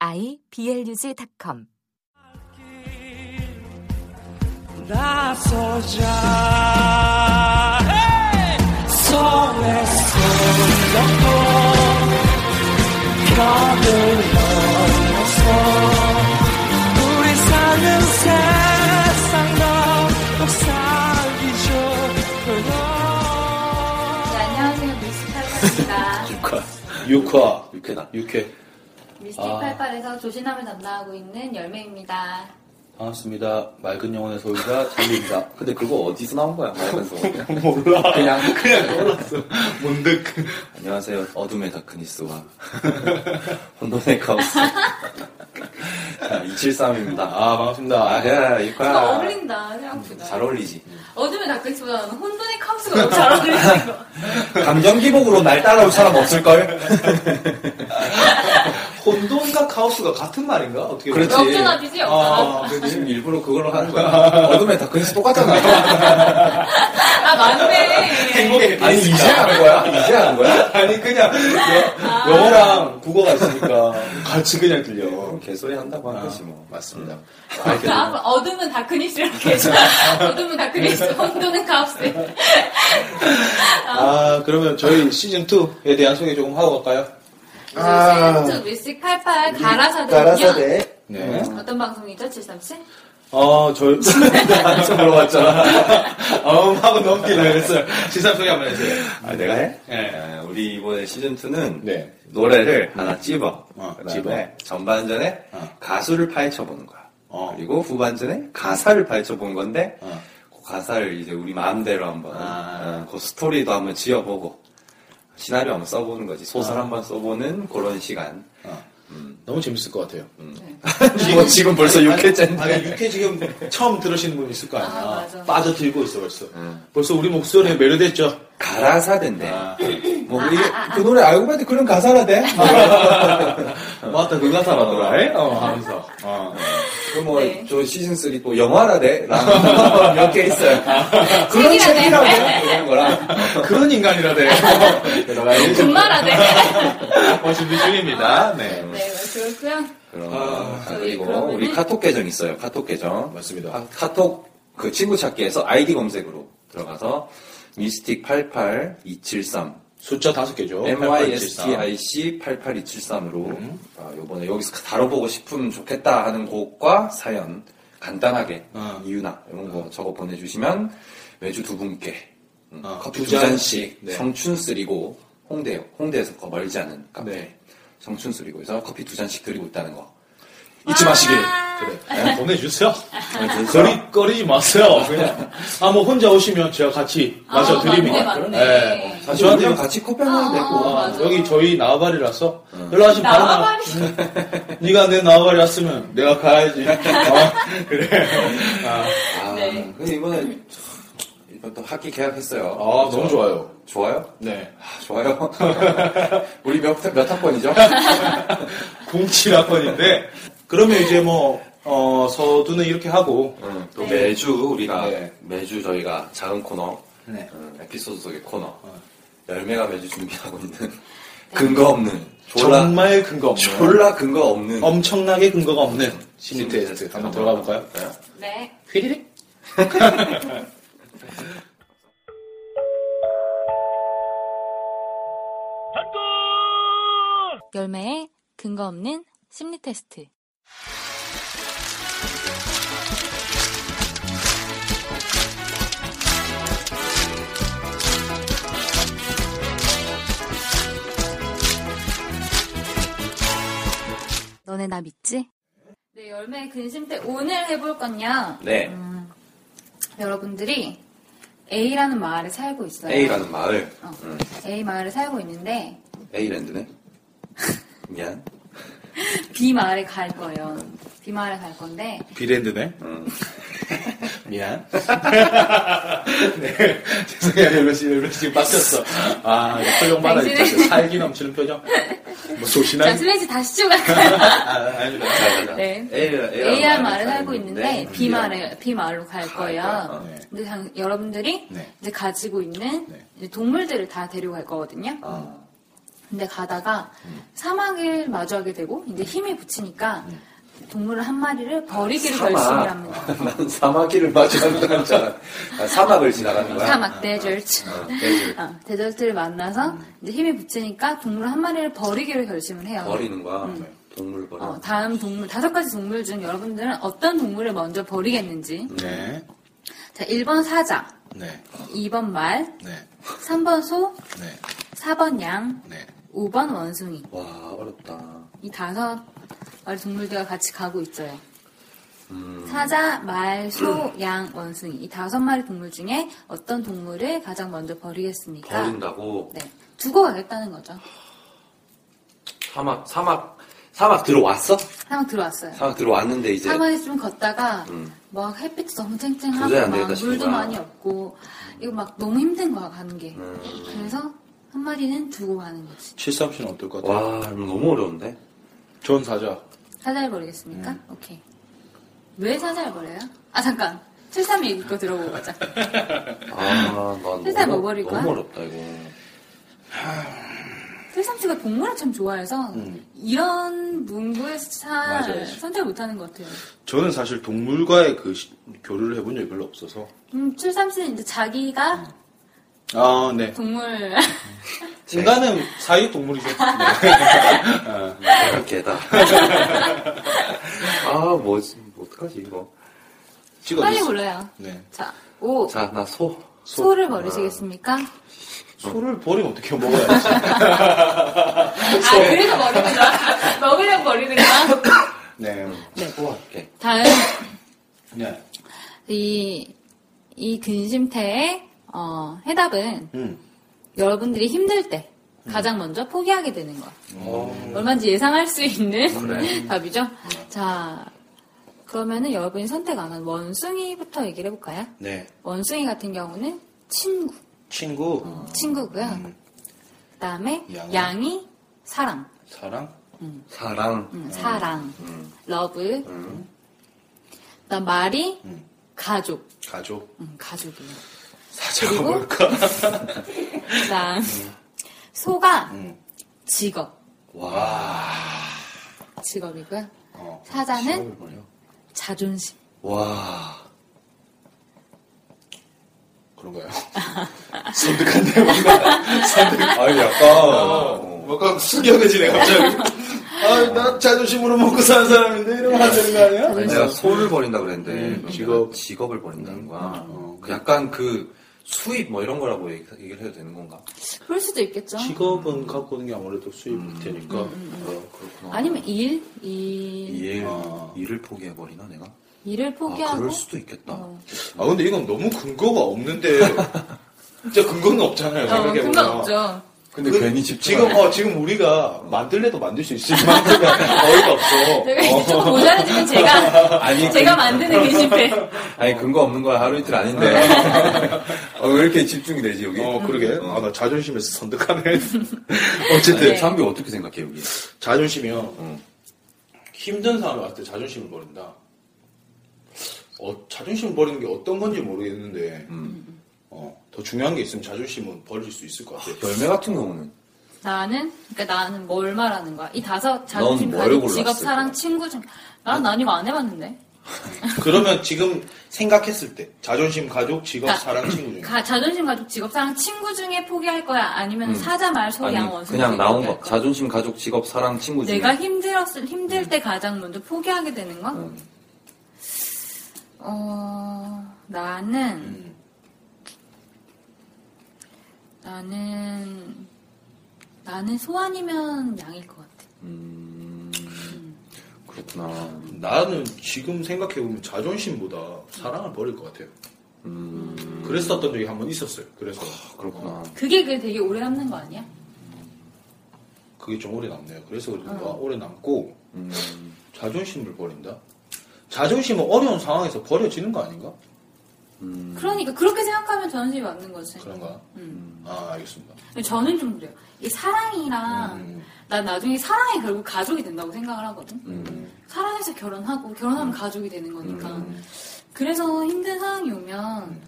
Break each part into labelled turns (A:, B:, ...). A: iblog.com
B: 나서자 서울에서 넘고 벽을 넘어서 우리 사는 세상 너꼭 살기 좋은 너
C: 안녕하세요 미스틱팔팔입니다.
D: 6화. 6화. 6회다. 6회.
C: 미스틱팔팔에서 조신함을 담당하고 있는 열매입니다.
D: 반갑습니다. 맑은 영혼의 소유자 장미입니다. 근데 그거 어디서 나온 거야? 맑은 소원. 몰라. 그냥, 그냥 몰랐어. 뭔데? 그. 안녕하세요. 어둠의 다크니스와 혼돈의 카오스. 자, 273입니다. 아, 반갑습니다. 아, 야, 6화.
C: 아, 어울린다 생각보다.
D: 잘 어울리지.
C: 어둠의 다크니스보다는 혼돈의 카오스가 너무 잘 어울리는 거.
D: 감정 기복으로 날 따라올 사람 없을걸?
E: 혼돈과 카오스가 같은 말인가? 어떻게
D: 그렇지.
C: 역전압이지 역전압.
E: 아,
D: 지금 일부러 그걸로 하는 거야. 어둠의 다크니스 똑같잖아.
C: 아 맞네.
E: 행복해.
D: 아니, 이제 하는 거야? 이제 하는 거야?
E: 아니 그냥 여- 영어랑 국어가 있으니까 아. 같이 그냥 들려. 아.
D: 개소리 한다고 한 거지 뭐. 맞습니다.
C: 나 앞으로 아, 뭐, 어둠은 다크니스라고 해줘. 어둠은 다크니스, 혼돈은 카오스.
E: 아 그러면 저희 시즌 2에 대한 소개 조금 하고 갈까요?
C: 요즘 미스틱팔팔 아. 가라사대는요.
E: 가라사대.
D: 네.
C: 어떤 방송이죠? 737?
E: 어 저희
D: 안에서 물어봤잖아.
E: 어 하고 넘기려 했어요. 시상 소개 한번 해주세요.
D: 아, 내가 해?
E: 네.
D: 아, 우리 이번에 시즌2는
E: 네.
D: 노래를 하나 찝어.
E: 어,
D: 그다음에 전반전에
E: 어.
D: 가수를 파헤쳐보는 거야.
E: 어.
D: 그리고 후반전에 가사를 파헤쳐보는 건데,
E: 어.
D: 그 가사를 이제 우리 마음대로 한번,
E: 아.
D: 어, 그 스토리도 한번 지어보고, 시나리오 한번 써보는 거지. 소설
E: 아.
D: 한번 써보는 그런 시간.
E: 너무 재밌을 것 같아요. 음.
C: 네.
D: 뭐 지금 벌써 6회째인데.
E: 아니 육회 지금 처음 들으시는 분 있을 거
C: 아,
E: 아니야.
C: 맞아.
E: 빠져들고 있어 벌써. 벌써 우리 목소리에 매료됐죠.
D: 가라사대인데.
E: 아.
D: 뭐, 우리 그 노래 알고 봤는데 그런 가사라대?
E: 맞다 그 가사라더라. 에? 어 하면서. 어.
D: 그 뭐,
C: 네.
D: 저 시즌3 또 영화라대? 라는 몇개 있어요.
E: 아.
D: 그런
C: 책이라대.
D: 책이라고 그런 거랑.
E: 그런 인간이라대.
C: 금마라대.
E: 어, 준비 중입니다. 네.
C: 네, 그렇고요.
D: 그런
E: 아,
D: 거. 그리고
C: 그러면은-
D: 우리 카톡 계정 있어요. 카톡 계정.
E: 맞습니다.
D: 카- 카톡 그 친구 찾기에서 아이디 검색으로 들어가서 미스틱 88273
E: 숫자 다섯 개죠.
D: MYSTIC 88273으로
E: 음.
D: 아, 요번에 여기서 다뤄보고 싶으면 좋겠다 하는 곡과 사연 간단하게
E: 어.
D: 이유나 이런 거 적어 보내주시면 매주 두 분께 음,
E: 어,
D: 커피
E: 두
D: 두 잔씩
E: 잔씩. 네.
D: 성춘 쓰리고 홍대요 홍대에서 거 멀지 않은 카페
E: 네.
D: 성춘 쓰리고에서 커피 두 잔씩 드리고 있다는 거 잊지 마시길
C: 아.
E: 그래. 네, 보내주세요.
D: 보내주세요.
E: 거리거리지 마세요. 그냥. 아, 뭐 혼자 오시면 제가 같이 마셔드립니다.
C: 아, 맞네, 맞네.
E: 예.
D: 사실
E: 저한테
D: 우리랑 같이 커피 한잔 되고
E: 아,
C: 맞아.
E: 여기 저희 나와바리라서 연락하신
C: 아.
E: 바로
C: 나와바리.
E: 네가 내 나와바리 왔으면 내가 가야지. 어, 그래.
D: 아,
C: 네.
D: 근데 이번에 이번 또 학기 개학했어요
E: 아, 너무 좋아요.
D: 좋아요?
E: 네.
D: 아, 좋아요. 우리 몇, 몇 학번이죠?
E: 07학번인데 그러면 이제 뭐 어, 서두는 이렇게 하고
D: 음, 또 매주 우리가
E: 네.
D: 매주 저희가 작은 코너
E: 네.
D: 음, 에피소드 속의 코너 열매가 매주 준비하고
C: 네.
D: 있는 근거 없는 졸라
E: 정말 근거 없는
D: 졸라 음. 근거 없는
E: 엄청나게 근거가 없는 심리 테스트 한번 들어가 볼까요?
C: 네.
E: 휘리릭
A: 열매의 근거 없는 심리 테스트. 너네 나 믿지?
C: 네, 열매의 근심 때 오늘 해볼 건요.
D: 네
C: 여러분들이 A라는 마을에 살고 있어요.
D: A라는 마을
C: 어, A 마을에 살고 있는데
D: A랜드네 미안
C: 비마을에 갈 거예요. 비마을에 갈 건데
E: 비랜드네.
D: 음.
E: 미안. 네. 죄송해요. 열로 씨, 열로 씨 빠졌어. 아, 이 표정 받아
C: 당신은-
E: 있다. 살기 넘치는 표정. 뭐
C: 자
E: 소신한.
C: 슬래시 다시 쭉 갈까요?
E: 아, 아니, 아니.
C: 네.
D: AR,
C: AR 마을에 살고
D: 네.
C: 있는데 B 마을에 B 마을로 갈 거예요.
E: 거예요. 네.
C: 근데 당- 여러분들이
E: 네.
C: 이제 가지고 있는
E: 네.
C: 이제 동물들을 다 데려갈 거거든요.
D: 아,
C: 근데 가다가 사막을 마주하게 되고 이제 힘이 붙이니까 동물 한 마리를 버리기로 결심을 합니다.
D: 난 사마귀를 마주한다는 줄 알았- 아, 사막을 지나가는 거야.
C: 사막 데저트 아, 데저트를 만나서 이제 힘이 붙이니까 동물 한 마리를 버리기로 결심을 해요.
D: 음. 버리는 거야. 동물 버려.
C: 어, 다음 동물 다섯 가지 동물 중 여러분들은 어떤 동물을 먼저
D: 음.
C: 버리겠는지.
E: 네.
C: 자, 1번 사자,
E: 네.
C: 2번 말,
E: 네.
C: 3번 소,
E: 네.
C: 4번 양,
E: 네.
C: 5번 원숭이.
D: 와, 어렵다.
C: 이 다섯 마리 동물들과 같이 가고 있어요.
D: 음.
C: 사자, 말, 소, 양, 원숭이 이 다섯 마리 동물 중에 어떤 동물을 가장 먼저 버리겠습니까?
D: 버린다고.
C: 네, 두고 가겠다는 거죠.
D: 사막, 사막, 사막 들어왔어?
C: 사막 들어왔어요.
D: 사막 들어왔는데 이제.
C: 사막에 좀 걷다가
D: 아, 네. 음.
C: 막 햇빛 너무 쨍쨍하고
D: 도저히 안
C: 막
D: 되겠다 싶은
C: 물도
D: 거야.
C: 많이 없고 이거 막 너무 힘든 거야 가는 게.
D: 음.
C: 그래서 한 마리는 두고 가는 거지.
E: 칠삼 씨는 어떨 것 같아요?
D: 와, 이거 너무 어려운데?
E: 전 사자.
C: 사자를 버리겠습니까?
D: 음.
C: 오케이. 왜 사자를 버려요? 아 잠깐. 731 이거 들어보고 가자.
D: 아, 난
C: 회사에
D: 너무-
C: 뭐 버릴 거야?
D: 너무 어렵다, 이거.
C: 731가 동물을 참 좋아해서
D: 음.
C: 이런 문구의 잘
E: 맞아요.
C: 선택 못하는 것 같아요.
E: 저는 사실 동물과의 그 시- 교류를 해본 적이 별로 없어서.
C: 음, 731은 이제 자기가
D: 음.
E: 아, 네.
C: 동물
E: 인간은 사육 동물이죠.
D: 개다. 아, 뭐지? 뭐 어떡하지, 이거.
E: 찍어
C: 빨리 골라요.
E: 네.
C: 자, 오
D: 자, 나 소. 아.
C: 소를 버리시겠습니까?
E: 소를 버리면 어떻게 먹어야지?
C: 아, 그래서 버리는 거야. 먹으려고 버리는 거야.
E: 네.
D: 소 할게.
C: 다음,
E: 네.
C: 이, 이 근심태의, 어, 해답은
E: 음.
C: 여러분들이 힘들 때 가장 먼저 포기하게 되는 거야.
E: 음.
D: 어,
C: 얼마인지 예상할 수 있는
E: 네.
D: 그래.
C: 답이죠. 자, 그러면은 여러분이 선택 안 한 원숭이부터 얘기를 해볼까요?
E: 네.
C: 원숭이 같은 경우는 친구,
E: 친구,
C: 친구고요. 그 다음에
E: 음. 양은?
C: 양이 사랑.
E: 사랑,
D: 사랑.
C: 음, 사랑,
D: 음.
C: 러브, 그다음 말이 가족,
E: 가족,
C: 음, 가족이요.
E: 사자가
C: 그리고?
E: 뭘까?
C: 그다음 소가 직업,
D: 와.
C: 직업이고요.
E: 어.
C: 사자는 자존심.
D: 와.
E: 그런가요? 선득한데 뭔가 선득. 아니 약간 뭔가 숙여해지네 갑자기. 어. 아나 자존심으로 먹고 사는 사람인데 이러면 안 되는 거 아니야?
D: 아니, 네. 내가 소를 버린다 그랬는데 그럼
E: 직업.
D: 내가 직업을 버린다는 거야. 그 약간 그 수입 뭐 이런 거라고 얘기, 얘기를 해도 되는 건가?
C: 그럴 수도 있겠죠.
E: 직업은 갖고 있는 게 아무래도 수입일 테니까.
D: 어, 그렇구나.
C: 아니면 일, 일,
D: 일,
E: 아.
D: 일을 포기해 버리나 내가?
C: 일을
D: 아,
C: 포기하고
D: 그럴 수도 있겠다.
C: 어.
E: 아 근데 이건 너무 근거가 없는데 진짜 근거는 없잖아요.
C: 어,
E: 생각해보면.
C: 금방 없죠.
E: 근데
D: 괜히
E: 지금 어 지금 우리가 만들래도 만들 수 있을 만큼 어이가 없어.
C: 제가 이제 조금 모자라지면 제가
D: 아니,
C: 제가 만드는 게시패.
D: 어, 아니 근거 없는 거야 하루 이틀 아닌데 어, 왜 이렇게 집중이 되지 여기?
E: 네. 어 그러게. 아 나 자존심에서 선득하네.
D: 근데
E: 어쨌든
C: 네.
D: 삼비 어떻게 생각해 여기?
E: 자존심이요.
D: 응.
E: 힘든 사람이 왔을 때 자존심을 버린다. 어, 자존심을 버리는 게 어떤 건지 모르겠는데, 어, 더 중요한 게 있으면 자존심은 버릴 수 있을 것 같아요.
D: 열매 같은 경우는
C: 나는 그러니까 나는 뭘 말하는 거야? 이 다섯 자존심
D: 넌 뭐를
C: 가진 직업,
D: 골랐을
C: 사랑,
D: 거야?
C: 친구 중 나는 난 이거 안 해봤는데.
E: 그러면 지금 생각했을 때, 자존심, 가족, 직업,
C: 아.
E: 사랑, 친구 중에.
C: 가- 자존심 가족 직업 사랑 친구 중에 포기할 거야 아니면 사자 말 소리 양
D: 아니
C: 원숭이
D: 그냥
C: 중에
D: 나온
C: 포기할
D: 거
C: 거야?
D: 자존심 가족 직업 사랑 친구 중에
C: 내가 힘들었을 힘들 때 가장 먼저 포기하게 되는 거?
D: 음.
C: 어 나는
E: 음.
C: 나는 나는 소 아니면 양일 것 같아.
D: 음, 그렇구나.
E: 나는 지금 생각해보면 자존심보다 사랑을 버릴 것 같아요. 음. 그랬었던 적이 한 번 있었어요. 그래서.
D: 그렇구나.
C: 그게 그 되게 오래 남는 거 아니야?
E: 그게 좀 오래 남네요. 그래서
C: 어.
E: 그런가 오래 남고
D: 음,
E: 자존심을 버린다. 자존심은 어려운 상황에서 버려지는 거 아닌가?
D: 음,
C: 그러니까 그렇게 생각하면 자존심이 맞는 거지.
E: 그런가?
C: 음.
E: 아 알겠습니다.
C: 저는 좀 그래요. 이 사랑이랑
E: 음.
C: 난 나중에 사랑이 결국 가족이 된다고 생각을 하거든.
D: 음.
C: 사랑해서 결혼하고
E: 음.
C: 결혼하면 가족이 되는 거니까. 그래서 힘든 상황이 오면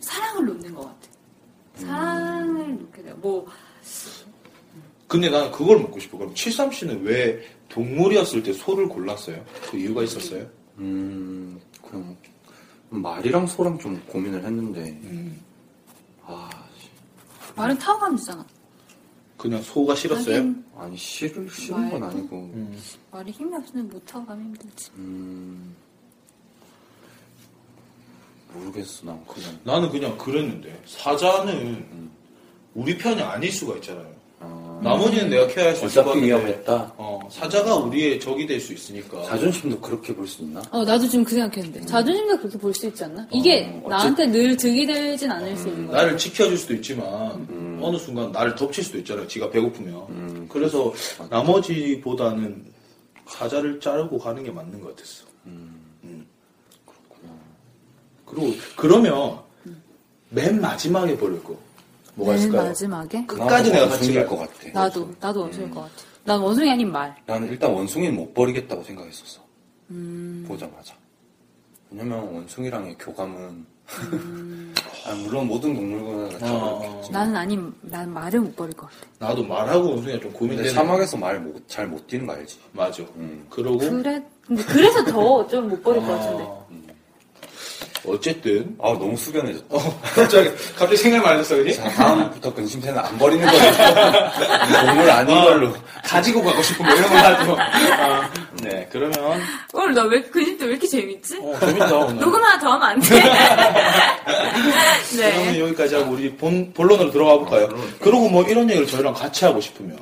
C: 사랑을 놓는 것 같아.
E: 음.
C: 사랑을 놓게 돼요. 뭐
E: 근데 난 그걸 묻고 싶어. 그럼 73 씨는 왜 동물이었을 때 소를 골랐어요? 그 이유가 있었어요?
D: 음, 그냥 말이랑 소랑 좀 고민을 했는데
C: 음.
D: 아 씨,
C: 말은 타오감 주잖아.
E: 그냥 소가 싫었어요?
C: 하긴
D: 아니 싫은 싫은 건
C: 말도?
D: 아니고
E: 음.
C: 말이 힘이 없으면 못 타오감 힘들지.
D: 음, 모르겠어 난 그냥
E: 나는 그냥 그랬는데 사자는 우리 편이 아닐 수가 있잖아요.
D: 아,
E: 나머지는 내가 케어할수 있을 것 같은데
D: 네. 어차피 위험했다.
E: 어, 사자가 우리의 적이 될 수 있으니까
D: 자존심도 그렇게 볼 수 있나?
C: 어 나도 지금 그 생각했는데 자존심도 그렇게 볼 수 있지 않나? 이게
D: 어쨌-
C: 나한테 늘 득이 되진 않을 수 있는
E: 음.
C: 거야.
E: 나를 지켜줄 수도 있지만
D: 음.
E: 어느 순간 나를 덮칠 수도 있잖아요. 지가 배고프면. 그래서 나머지보다는 사자를 자르고 가는 게 맞는 것 같았어. 음. 그리고 그러면 맨 마지막에 버릴 거 뭐가
C: 맨
E: 있을까요? 그 음.
C: 마지막에
E: 끝까지 내가 같이
D: 원숭이일
E: 갈
D: 것
E: 거.
D: 같아.
C: 나도 나도 원수일 것 같아. 난 원숭이 아닌 말.
D: 나는 일단 원숭이는 못 버리겠다고 생각했었어.
E: 음.
D: 보자마자. 왜냐면 원숭이랑의 교감은
E: 음.
D: 아, 물론 모든 동물과는 다
E: 어.
D: 그렇겠지만
C: 나는 아닌 난 말을 못 버릴 것 같아.
E: 나도 말하고 원숭이가 좀 고민되는
D: 근데 네, 사막에서 말 잘 못 뛰는 거 알지?
E: 맞아.
D: 음.
E: 그러고
C: 그래 근데 그래서 더 좀 못 버릴 것 같은데.
E: 아, 어쨌든
D: 아 너무 숙연해졌다.
E: 어, 갑자기 갑자기 생각이 많아졌어, 그지?
D: 자, 다음부터 근심새는 안 버리는 걸로 동물 아닌 걸로
E: 가지고 가고 싶은 거 이런 거 하죠. 아, 네, 그러면
C: 오늘 나 왜 그집도 왜 이렇게 재밌지?
E: 어, 재밌다 오늘.
C: 녹음 하나 더 하면 안 돼?
E: 그러면
C: 네.
E: 여기까지 하고 우리 본 본론으로 들어가 볼까요? 그리고 뭐 이런 얘기를 저희랑 같이 하고 싶으면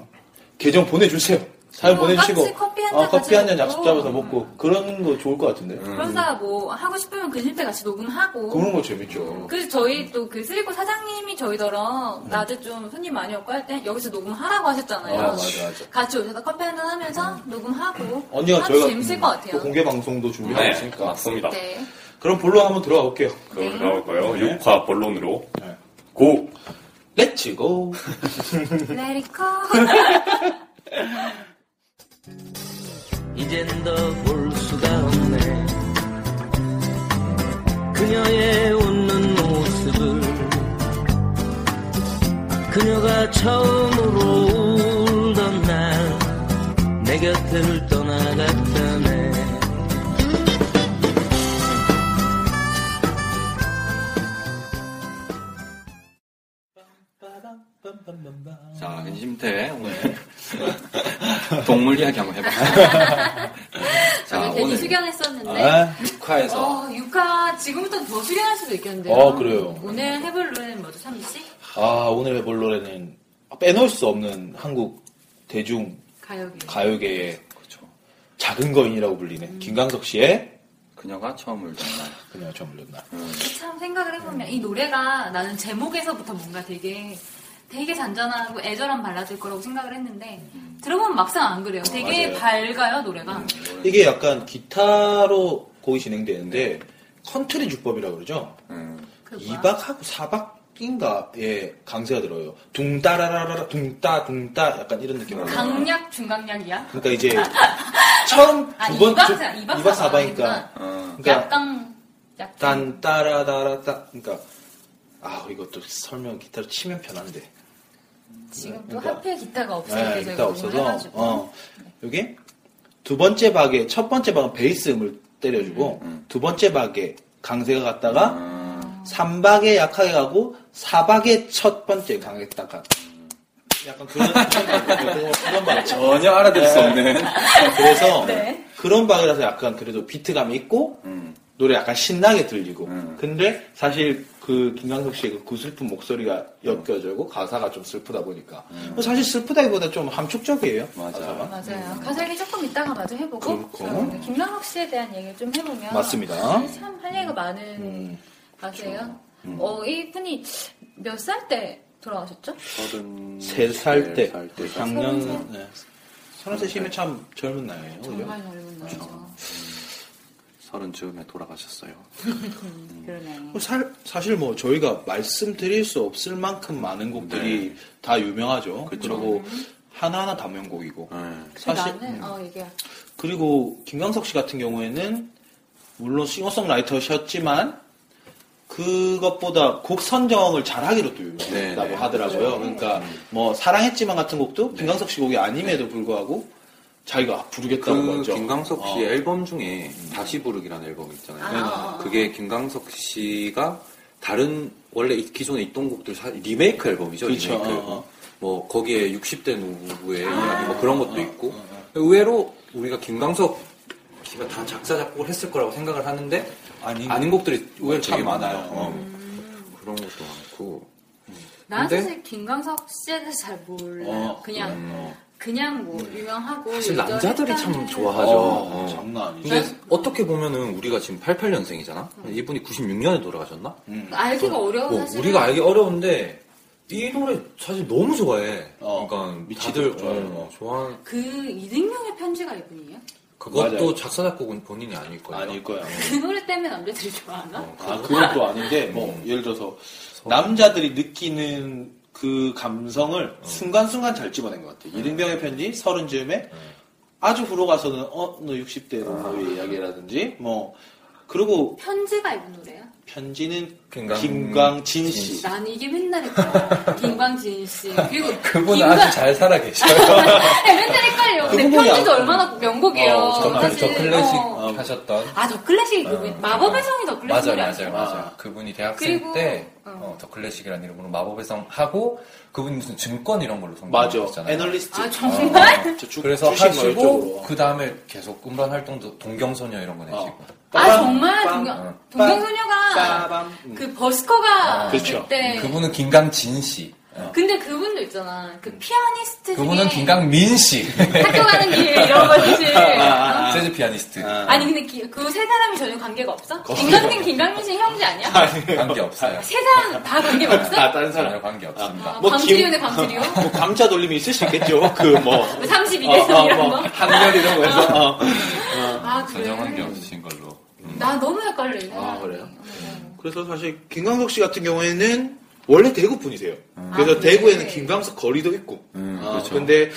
E: 계정 보내주세요. 사연
C: 어,
E: 보내주시고
C: 같이 커피 한잔
E: 어, 커피
C: 같이
E: 한잔
C: 먹고. 어.
E: 약속 잡아서 먹고 그런 거 좋을 것 같은데.
C: 그러다 뭐 하고 싶으면 그집 때 같이 녹음하고.
E: 그런 거 재밌죠.
C: 그래서 저희 또 그 쓰리코 사장님이 저희더러 낮에 좀 손님 많이 없고 할 때 여기서 녹음하라고 하셨잖아요.
E: 아, 맞아, 맞아.
C: 같이 오셔서 커피 한잔 하면서 녹음하고.
E: 언니가
C: 아주
E: 저희가
C: 재밌을
E: 음,
C: 것
E: 또
C: 같아요.
E: 공개 방송도 준비하고 있으니까.
F: 맞습니다.
C: 네.
E: 그럼 본론 한번 들어가 볼게요.
F: 그럼 나올까요?
E: 네.
F: 6화 본론으로.
E: 네.
F: 고!
E: 렛츠고.
C: 레리코.
E: 아,
G: 이젠 더 볼 수가 없네 그녀의 웃는 모습을 그녀가 처음으로 울던 날 내 곁을 떠나갔다네
F: 자, 근심태, 오늘. 동물 이야기 한번 해봐요. 자,
C: 저희 괜히 숙연했었는데.
E: 아,
F: 6화에서
C: 어, 육화 지금부터 더 수련할 수도 있겠는데요.
E: 어, 그래요.
C: 오늘 해볼 노래는 뭐죠, 삼미 씨?
E: 아, 오늘의 본론에는 빼놓을 수 없는 한국 대중
C: 가요기.
E: 가요계의
D: 그렇죠.
E: 작은 거인이라고 불리는
C: 음.
E: 김광석 씨의
D: 그녀가 처음 울던 날.
E: 그녀와 처음 불렸나.
C: 참 생각을 해보면 이 노래가 나는 제목에서부터 뭔가 되게 되게 잔잔하고 애절한 발라드일 거라고 생각을 했는데 들어보면 막상 안 그래요. 되게 밝아요 노래가.
E: 음. 이게 약간 기타로 곡이 진행되는데 컨트리 주법이라고 그러죠.
D: 음.
C: 그 뭐야?
E: 2박하고 4박인가에 예, 강세가 들어요. 둥따라라라 둥따 둥따 약간 이런 느낌으로.
C: 강약 중강약이야.
E: 그러니까 이제 처음
C: 아,
E: 두 번,
C: 이박
E: 두-
C: 사- 이박
E: 이박
C: 사박이구나.
E: 사박이니까.
D: 어.
E: 그러니까
C: 약강 약.
E: 단 따라다라다. 그러니까 아 이것도 설명 기타로 치면 편한데.
C: 지금 또
E: 그러니까.
C: 하필 기타가 없으니까
E: 네,
C: 저희가
E: 일단
C: 녹음을
E: 없어서
C: 해가지고.
E: 어 여기 두 번째 박에 첫 번째 박은 베이스 음을 음. 때려주고 두 번째 박에 강세가 갔다가 삼 3박에 약하게 가고 4박에 첫 번째 강하게 딱 가. 음. 약간 그런 그런 그런 박
D: 전혀 알아들 수 없는.
E: 그래서
C: 네.
E: 그런 박이라서 약간 그래도 비트감이 있고
D: 음.
E: 노래 약간 신나게 들리고
D: 음.
E: 근데 사실 그 김광석 씨의 그 구슬픈 목소리가 엮여지고 가사가 좀 슬프다 보니까 뭐 사실 슬프다기보다 좀 함축적이에요
D: 음. 맞아.
E: 가사가.
C: 맞아요. 가사 얘기 조금 이따가 마저 해보고
E: 그렇고.
C: 어, 김남국 씨에 대한 얘기를 좀 해보면
E: 맞습니다.
C: 네, 참 할 얘기가 많은
E: 음.
C: 가수예요. 어, 이분이 몇 살 때 돌아가셨죠? 네.
D: 서른
E: 세 살 때,
D: 살때
E: 작년
C: 서른
E: 네. 서른 세 시면 참 젊은 나이에요. 그죠?
C: 정말 젊은 나이죠.
D: 서른 쯤에 돌아가셨어요.
C: 음. 그러네.
E: 뭐 살, 사실 뭐 저희가 말씀드릴 수 없을 만큼 많은 곡들이 다 유명하죠. 그리
D: 네. 그쵸.
E: 고 하나하나 다 명곡이고.
D: 네.
C: 근데
E: 사실-
C: 나는 어 이게
E: 그리고 김광석 씨 같은 경우에는 물론 싱어송라이터셨지만 그것보다 곡 선정을 잘하기로 또
D: 네,
E: 유명했다고
D: 네.
E: 하더라고요. 그러니까 뭐 사랑했지만 같은 곡도 김광석 씨 곡이 아님에도 불구하고 자기가 부르겠다고
D: 그
E: 먼저.
D: 김광석 씨
E: 어.
D: 앨범 중에 다시 부르기라는 앨범 있잖아요. 그게 김광석 씨가 다른 원래 이- 기존에 있던 곡들 사- 리메이크 앨범이죠.
E: 그쵸.
D: 리메이크 앨범.
E: 어.
D: 뭐 거기에 60대 노부의 이야기 뭐 그런 것도 있고 의외로 우리가 김광석 씨가 다 작사 작곡을 했을 거라고 생각을 하는데
E: 아닌-
D: 아닌 곡들이 의외로
E: 참
D: 되게 많아요.
E: 많아요.
D: 어. 그런 것도 많고
C: 난
D: 근데-
C: 사실 김광석 씨에 대해서 잘 몰라요.
E: 어,
C: 그냥
D: 음,
C: 그냥 뭐 유명하고
D: 사실
C: 예전
D: 남자들이
C: 했다는-
D: 참 좋아하죠.
E: 어,
D: 어.
E: 장난 아니죠.
D: 근데 어떻게 보면은 우리가 지금 88년생이잖아. 이분이 96년에 돌아가셨나?
E: 음.
C: 알기가 어려운
D: 뭐,
C: 사실.
D: 우리가 알기 어려운데 이 노래 사실 너무 좋아해.
E: 어,
D: 그러니까
E: 미치도록
D: 미치들
E: 좋아해요.
D: 좋아.
C: 그 이등명의 편지가 이분이에요?
D: 그것도
E: 맞아요.
D: 작사 작곡은 본인이 아닐 거예요.
E: 아닐 거야.
C: 그 노래 때문에 남자들이 좋아하나?
E: 아, 그건 또 아닌데, 뭐,
D: 네.
E: 예를 들어서, 남자들이 느끼는 그 감성을
D: 어.
E: 순간순간 잘 집어낸 것
D: 네.
E: 같아요. 이등병의 편지, 서른 즈음에, 아주 후로 가서는, 어, 너 60대
D: 아.
E: 노부의 이야기라든지, 뭐, 그리고
C: 편지가 이분 노래야?
E: 편지는
D: 김광-
E: 김광진 씨.
C: 난 이게 맨날 헷갈려. 김광진 씨 그리고
D: 그분은
C: 김광-
D: 아주 잘 살아 계셔요.
C: 네, 맨날 헷갈려.
E: 그
C: 근데
E: 부분이
C: 편지도
E: 안-
C: 얼마나 명곡이에요.
E: 어, 정말
C: 사실.
D: 저 클래식
C: 어.
D: 하셨던
C: 아, 더 클래식 그분. 마법의 성이 더 클래식.
D: 맞아요,
C: 노래
D: 맞아요,
C: 아니에요?
D: 맞아요. 그분이 대학생
C: 그리고-
D: 때
C: 어.
D: 어, 더 클래식이라는 이름으로 마법의 성 하고 그분이 무슨 증권 이런 걸로
E: 맞아.
D: 성공하셨잖아요.
E: 애널리스트. 어,
C: 아, 정말?
D: 어.
E: 저 주-
D: 그래서
E: 주식 뭐
D: 하시고
E: 이쪽으로.
D: 그 다음에 계속 음반 활동도 동경소녀 이런 거
E: 어.
D: 내시고
C: 아, 정말
E: 빵,
D: 어.
C: 동경,
E: 빵,
C: 동경소녀가
E: 빠밤. 음.
C: 그 버스커가
E: 그렇죠.
C: 때
D: 어, 그분은 김강진 씨.
C: 근데 그분도 있잖아. 그 피아니스트
D: 그분은
C: 중에
D: 김강민 씨.
C: 학교 가는 길 이런 거지.
D: 재즈 아, 피아니스트.
C: 아니 근데 그 세 사람이 전혀 관계가 없어? 김강민, 김강민 씨는 형제 아니야?
D: 관계 없어요.
C: 세 사람 다 관계가 없어?
E: 아, 다른
D: 전혀
E: 사람.
D: 관계 없습니다.
C: 아,
E: 뭐
C: 광치리오네 광치리오.
E: 뭐 감자 돌림이 있을 수 있겠죠. 그 뭐.
C: 32대
E: 어, 어,
C: 성 이런
E: 뭐,
C: 거.
E: 한결 이런 거 해서. 어.
C: 아
D: 전혀 관계
C: 그래.
D: 없으신 걸로.
C: 나 너무 헷갈려.
E: 아, 그래요? 그래서 사실 김광석 씨 같은 경우에는 원래 대구 분이세요. 그래서
C: 아, 그래.
E: 대구에는 김광석 거리도 있고.
D: 음,
E: 아,
D: 그렇죠.
E: 근데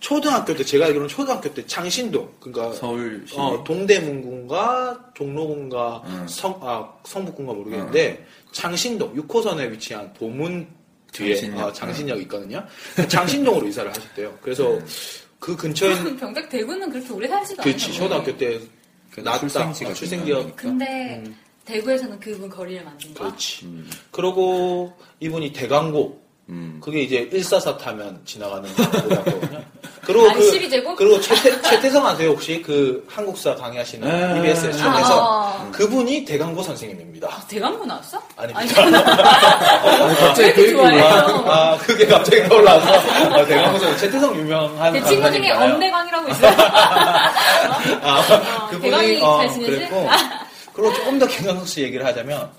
E: 초등학교 때 제가 알기로는 초등학교 때 장신동 그러니까
D: 서울시.
E: 어, 동대문군가 종로군가
D: 음.
E: 성, 아, 성북군가 모르겠는데 장신동 6호선에 위치한 보문 뒤에
D: 장신역. 음.
E: 아, 장신역 있거든요. 장신동으로 이사를 하셨대요. 그래서
D: 네.
E: 그 근처에 있는
C: 병작 대구는 그렇게 오래 살지도 않아요.
E: 그치 초등학교 때
D: 그래도
E: 낳았다.
D: 출생지가
E: 아, 출생지역
D: 중요하니까.
C: 근데 대구에서는 그분 거리를 만든
E: 음.
C: 거야.
D: 아,
E: 그렇지. 그러고 이분이 대광고
D: 음.
E: 그게 이제 144 타면 지나가는 거거든요. 그리고
C: 아, 12제곱?
E: 그리고 최태, 최태성 아세요 혹시 그 한국사 강의하시는
D: 네.
E: EBS에서
C: 아.
E: 그분이 대광고 선생님입니다.
C: 대광고 나왔어?
E: 아닙니다.
C: 갑자기 그 좋아해요.
E: 아 그게 갑자기 떠올라서 아, 대광고 선생님 최태성 유명한
C: 제 친구 중에
E: 강사님이잖아요.
C: 엄대광이라고 있어요.
E: 아,
C: 어,
E: 그분이
C: 대광이
E: 어,
C: 잘 지내지? 아.
E: 그랬고 그리고 조금 더 김광석 씨 얘기를 하자면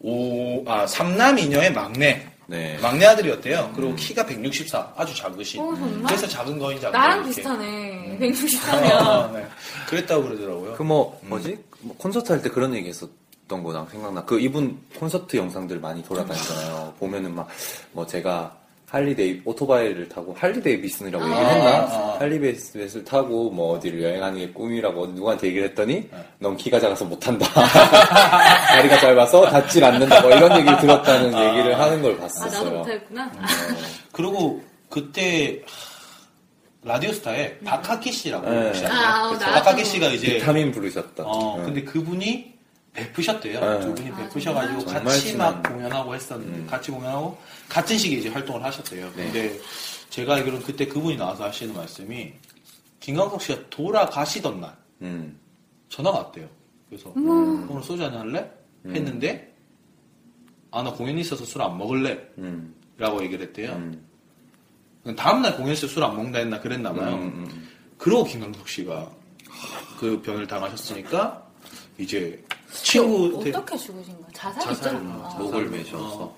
E: 오, 아, 삼남 이녀의 막내
D: 네.
E: 막내 아들이었대요. 그리고 키가 164, 아주 작으신.
C: 어, 정말?
E: 그래서 작은 거인 작은
C: 나랑
E: 거 이렇게.
C: 비슷하네. 164면.
E: 음. 아, 네. 그랬다고 그러더라고요.
D: 그 뭐 뭐지? 뭐 콘서트 할 때 그런 얘기 했었던 거나 생각나. 그 이분 콘서트 영상들 많이 돌아다니잖아요. 보면은 막 뭐 제가 할리데이 오토바이를 타고 할리데이비슨이라고 얘기를 했나?
E: 아.
D: 할리데이비슨을 타고 뭐 어디를 여행하는 게 꿈이라고 누구한테 얘기를 했더니 넌 키가 작아서 못 한다. 다리가 짧아서 닿질 않는다. 뭐 이런 얘기를 들었다는 얘기를 하는 걸
C: 아, 나도
D: 봤었어요.
C: 못하겠구나.
E: 음. 그리고 그때 하, 라디오스타에 박학기 씨라고
D: 네.
E: 혹시 아세요?
C: 음. 아,
E: 그래서
C: 나도.
E: 박학기 씨가 이제
D: 비타민 네. 부르셨다.
E: 어, 근데 그분이 베푸셨대요.
D: 네.
E: 두
C: 아,
E: 분이 베푸셔가지고
D: 정말
E: 같이
D: 친한. 음.
E: 막 공연하고 했었는데, 같이 공연하고, 같은 시기에 이제 활동을 하셨대요.
D: 네.
E: 근데 제가 알기로는 그때 그분이 나와서 하시는 말씀이, 김광석 씨가 돌아가시던 날,
D: 음.
E: 전화가 왔대요. 그래서, 오늘 소주 한잔 할래? 했는데, 아, 나 공연이 있어서 술 안 먹을래?
D: 음.
E: 라고 얘기를 했대요.
D: 음.
E: 다음날 공연 있어서 술 안 먹는다 했나 그랬나 봐요. 그러고 김광석 씨가 그 변을 당하셨으니까 이제 친구들 어.
C: 어떻게 죽으신 거예요? 자살이죠?
E: 자살,
C: 아.
H: 목을 매셔서.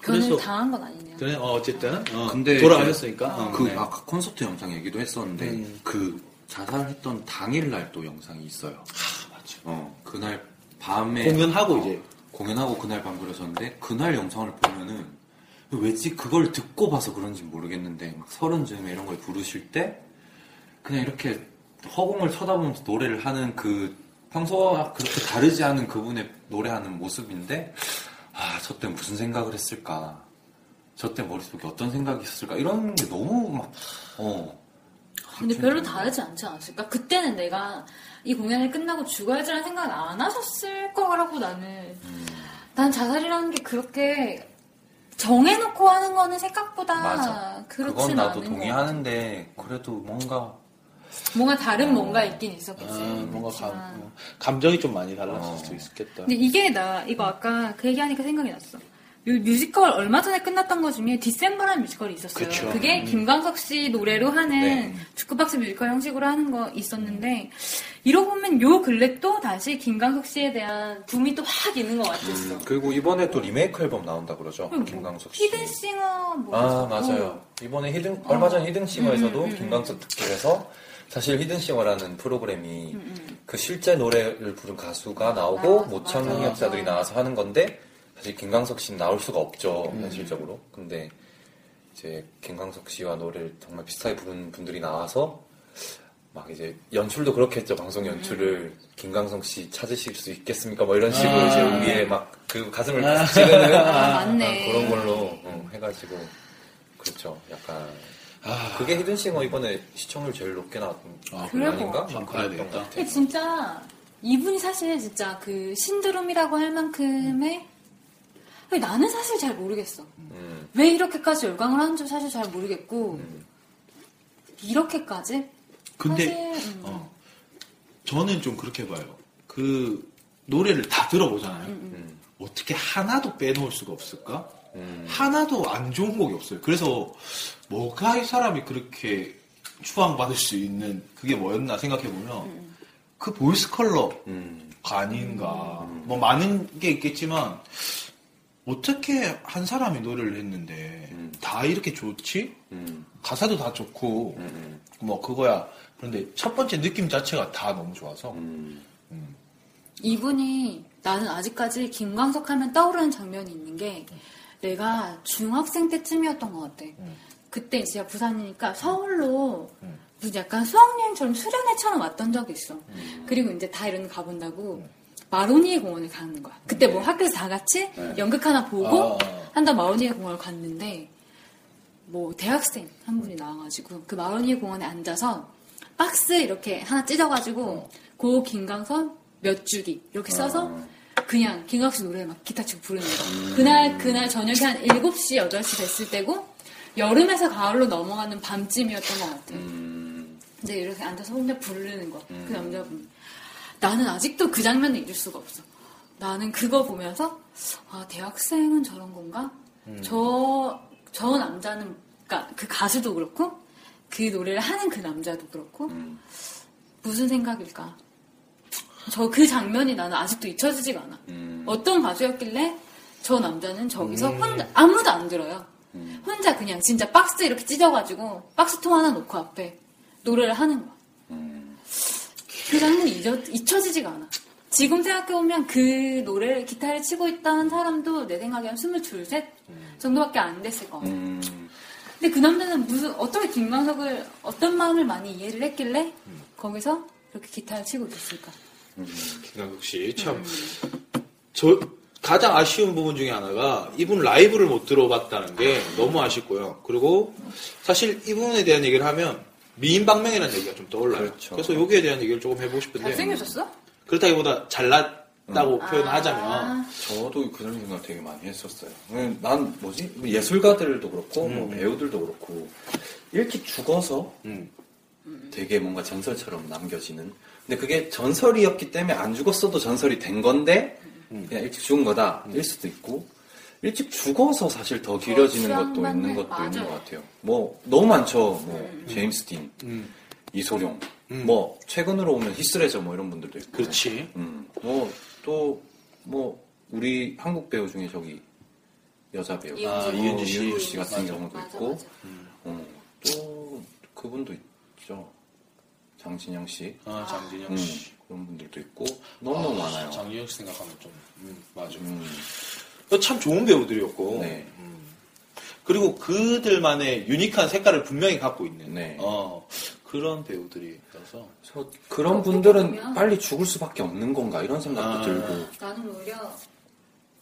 C: 그거는
E: 그래서-
C: 당한 건 아니네요.
E: 그래 어, 어쨌든 어,
D: 근데
E: 돌아가셨으니까 어,
D: 그
E: 네.
D: 아까 콘서트 영상 얘기도 했었는데
E: 음.
D: 그 자살했던 당일 날 또 영상이 있어요.
E: 아, 맞죠.
D: 어 그날 밤에
E: 공연하고
D: 어,
E: 이제.
D: 공연하고 그날 밤 그러셨는데 그날 영상을 보면은 왠지 그걸 듣고 봐서 그런지 모르겠는데 막 서른 즈음에 이런 걸 부르실 때 그냥 이렇게 허공을 쳐다보면서 노래를 하는 그 평소와 그렇게 다르지 않은 그분의 노래하는 모습인데 아 저 때 무슨 생각을 했을까 저 때 머릿속에 어떤 생각이 있었을까 이런 게 너무 막어
C: 근데 별로 다르지 않지 않았을까? 그때는 내가 이 공연이 끝나고 죽어야지라는 생각은 안 하셨을 거라고 나는.
D: 음.
C: 난 자살이라는 게 그렇게 정해놓고 하는 거는 생각보다
D: 맞아
C: 그렇진
D: 그건 나도
C: 않은 것
D: 동의하는데 그래도 뭔가
C: 같아. 뭔가
D: 음.
C: 다른 뭔가 있긴 있었겠지.
E: 아, 어. 뭔가
C: 그렇지만.
E: 감, 어, 감정이 좀 많이 달랐을 수도 있겠다.
C: 근데 이게 나 이거 아까 그 얘기하니까 생각이 났어. 요 뮤지컬 얼마 전에 끝났던 것 중에 디셈버라는 뮤지컬이 있었어요.
E: 그쵸.
C: 그게 김광석 씨 노래로 하는
D: 음. 네.
C: 주크박스 뮤지컬 형식으로 하는 거 있었는데 이러고 보면 요 근래 또 다시 김광석 씨에 대한 붐이 또 확 있는 것 같았어.
D: 그리고 이번에 또 리메이크 앨범 나온다 그러죠 김광석 씨
C: 뭐 히든싱어 뭐
D: 아 맞아요. 이번에 히든
C: 어.
D: 얼마 전 히든싱어에서도
C: 음,
D: 김광석 특집에서 사실 히든싱어라는 프로그램이 그 실제 노래를 부른 가수가 나오고
C: 음, 아,
D: 모창
C: 맞아.
D: 협자들이 나와서 하는 건데 사실 김광석 씨는 나올 수가 없죠
C: 음,
D: 현실적으로. 근데 이제 김광석 씨와 노래를 정말 비슷하게 부른 분들이 나와서 막 이제 연출도 그렇게 했죠
C: 음,
D: 방송 연출을 김광석 씨 찾으실 수 있겠습니까? 뭐 이런 식으로
E: 아.
D: 이제 우리의 막 그 가슴을 찌르는
C: 아, 맞네.
D: 아, 그런 걸로 어, 해가지고 그렇죠. 약간
E: 아,
D: 그게 히든싱어 뭐 이번에 시청률 제일 높게 나왔던 아,
C: 그래요?
D: 아닌가? 막
E: 한번 봐야
D: 그랬던
E: 되겠다.
D: 것 같아요.
C: 근데 진짜 이분이 사실 진짜 그 신드롬이라고 할 만큼의 나는 사실 잘 모르겠어.
D: 음,
C: 왜 이렇게까지 열광을 하는지 사실 잘 모르겠고 이렇게까지?
E: 근데
C: 사실, 음.
E: 어, 저는 좀 그렇게 봐요. 그 노래를 다 들어보잖아요.
D: 음,
E: 어떻게 하나도 빼놓을 수가 없을까?
D: 음.
E: 하나도 안 좋은 곡이 없어요. 그래서 뭐가 이 사람이 그렇게 추앙받을 수 있는 그게 뭐였나 생각해 보면 그 보이스 컬러
D: 음.
E: 가 아닌가. 뭐 많은 게 있겠지만 어떻게 한 사람이 노래를 했는데
D: 음.
E: 다 이렇게 좋지?
D: 음,
E: 가사도 다 좋고
D: 음,
E: 뭐 그거야. 그런데 첫 번째 느낌 자체가 다 너무 좋아서
D: 음.
C: 이분이 나는 아직까지 김광석 하면 떠오르는 장면이 있는 게 내가 중학생 때쯤이었던 것 같아. 그때 이제 제가 부산이니까 서울로
E: 음.
C: 무슨 약간 수학여행처럼 수련회처럼 왔던 적이 있어. 그리고 이제 다 이런 데 가본다고 마로니에 공원을 가는 거야. 그때 뭐 학교에서 다 같이 연극 하나 보고
E: 아, 아, 아.
C: 한다 마로니에 공원을 갔는데 뭐 대학생 한 분이 나와가지고 그 마로니에 공원에 앉아서 박스 이렇게 하나 찢어가지고 고 김광선 몇 주기 이렇게 써서 그냥 김광수 노래 막 기타 치고 부르는 거. 그날 그날 저녁에 한 7시 8시 됐을 때고 여름에서 가을로 넘어가는 밤쯤이었던 것 같아요. 근데 이렇게 앉아서 혼자 부르는 거. 그 남자분. 나는 아직도 그 장면을 잊을 수가 없어. 나는 그거 보면서 아 대학생은 저런 건가? 저, 저 남자는 그러니까 그 가수도 그렇고 그 노래를 하는 그 남자도 그렇고 무슨 생각일까? 저 그 장면이 나는 아직도 잊혀지지가 않아. 어떤 가수였길래 저 남자는 저기서 혼자 아무도 안 들어요. 혼자 그냥 진짜 박스 이렇게 찢어가지고 박스 통 하나 놓고 앞에 노래를 하는 거야. 그 장면이 잊어- 잊혀지지가 않아. 지금 생각해보면 그 노래를 기타를 치고 있던 사람도 내 생각에 한 22, 셋 정도밖에 안 됐을 것 같아.
D: 음.
C: 근데 그 남자는 무슨 어떻게 김광석을 어떤 마음을 많이 이해를 했길래 거기서 그렇게 기타를 치고 있었을까?
E: 김강국 씨 참. 저 가장 아쉬운 부분 중에 하나가 이분 라이브를 못 들어봤다는 게 너무 아쉽고요. 그리고 사실 이분에 대한 얘기를 하면 미인방명이라는 얘기가 좀 떠올라요.
D: 그렇죠.
E: 그래서 여기에 대한 얘기를 조금 해보고 싶은데
C: 잘생겨졌어? 음.
E: 그렇다기보다 잘났다고 표현하자면
C: 아.
D: 저도 그런 생각 되게 많이 했었어요. 왜냐면 난 뭐지 뭐 예술가들도 그렇고 뭐 배우들도 그렇고 일찍 죽어서
E: 음.
D: 되게 뭔가 전설처럼 남겨지는. 근데 그게 전설이었기 때문에 안 죽었어도 전설이 된 건데 그냥 일찍 죽은 거다 일 수도 있고 일찍 죽어서 사실 더 길어지는
C: 취향
D: 것도
C: 맞네.
D: 있는 것도 있는
C: 맞아요. 음.
D: 것 같아요. 뭐 너무 많죠. 뭐 제임스 딘,
E: 그
D: 이소룡, 뭐 최근으로 오면 히스레저 뭐 이런 분들도 있고.
E: 그렇지.
D: 음, 뭐 또 뭐 우리 한국 배우 중에 저기 여자 배우
C: 이은주.
D: 아, 이은주 씨, 이은주 씨 같은
C: 맞아,
D: 경우도
C: 맞아,
D: 있고
C: 맞아.
E: 음.
D: 어, 또 그분도 있죠 장진영 씨
E: 아, 장진영
D: 음,
E: 씨.
D: 그런 분들도 있고 너무너무
E: 아,
D: 많아요
E: 장진영 씨 생각하면 좀 음, 맞아.
D: 음,
E: 참 좋은 배우들이었고.
D: 네.
E: 그리고 그들만의 유니크한 색깔을 분명히 갖고 있는
D: 네.
E: 어, 그런 배우들이어서
D: 저 그런
C: 어떻게
D: 분들은
C: 보면-
D: 빨리 죽을 수밖에 없는 건가 이런 생각도
E: 아.
D: 들고
C: 나는 오히려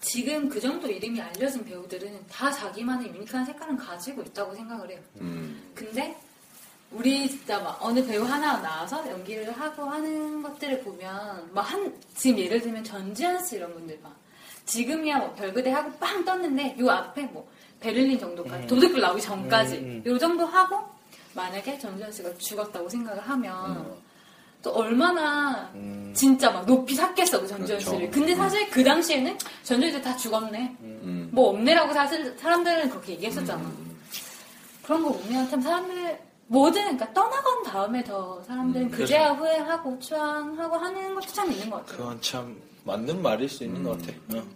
C: 지금 그 정도 이름이 알려진 배우들은 다 자기만의 유니크한 색깔은 가지고 있다고 생각을 해요.
D: 음,
C: 근데 우리 진짜 막 어느 배우 하나 나와서 연기를 하고 하는 것들을 보면 막 한 지금 예를 들면 전지현 씨 이런 분들 막 지금이야 뭐 별그대 하고 빵 떴는데 요 앞에 뭐 베를린 정도까지 도둑불 나오기 전까지
E: 음,
C: 요 정도 하고 만약에 전지현 씨가 죽었다고 생각을 하면 또 얼마나 진짜 막 높이 샀겠어 그 전지현
D: 그렇죠.
C: 씨를 근데 사실 그 당시에는 전지현 씨 다 죽었네
D: 음.
C: 뭐 없네라고 사실 사람들은 그렇게 얘기했었잖아
D: 음.
C: 그런 거 보면 참 사람들 뭐든 그러니까 떠나간 다음에 더 사람들은
D: 음,
C: 그제야 후회하고 추앙하고 하는 것도 참 있는 것 같아요.
E: 그건 참 맞는 말일 수 있는 것 같아. 요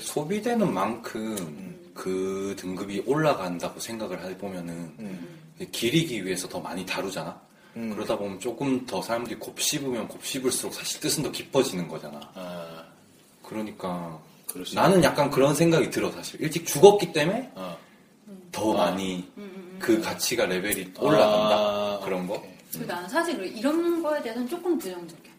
D: 소비되는 만큼
E: 음.
D: 그 등급이 올라간다고 생각을 해보면은 기리기 위해서 더 많이 다루잖아.
E: 음.
D: 그러다 보면 조금 더 사람들이 곱씹으면 곱씹을수록 사실 뜻은 더 깊어지는 거잖아.
E: 아,
D: 그러니까
E: 그럴 수
D: 나는 약간 그런 생각이 들어 사실 일찍 죽었기 때문에
E: 어.
D: 더
E: 아.
D: 많이 그 가치가 레벨이 올라간다
E: 아,
D: 그런 거.
E: 오케이.
C: 그리고 나는 사실 그래, 이런 거에 대해서는 조금 부정적이야.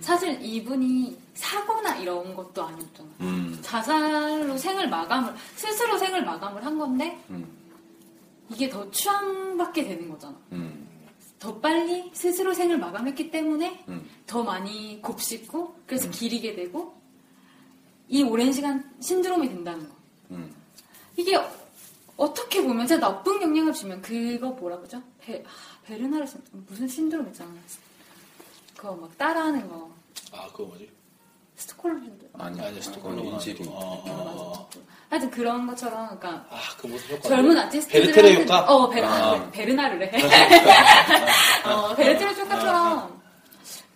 C: 사실 이분이 사고나 이런 것도 아니었잖아.
D: 음,
C: 자살로 생을 마감을 스스로 생을 마감을 한 건데
D: 음,
C: 이게 더 추앙받게 되는 거잖아.
D: 음,
C: 더 빨리 스스로 생을 마감했기 때문에
D: 음.
C: 더 많이 곱씹고 그래서
E: 음.
C: 기리게 되고 이 오랜 시간 신드롬이 된다는 거.
D: 음.
C: 이게 어떻게 보면 진짜 나쁜 영향을 주면 그거 뭐라 그러죠? 베, 아, 베르나르 신, 무슨 신드롬 있잖아. 요 그거 막 따라하는 거.
E: 아, 그거 뭐지?
C: 스톡홀름 신드롬.
D: 아니
E: 아니야,
D: 아니 그건
E: 스톡홀름
D: 인질이.
C: 아, 맞아. 하여튼 그런 것처럼 그러니까
E: 어, 아, 그 무슨 효과?
C: 젊은 아티스트들
E: 베르테르 효과?
C: 어 베르,
E: 아.
C: 베르나르래 어 베르테르
E: 아, 네.
C: 효과처럼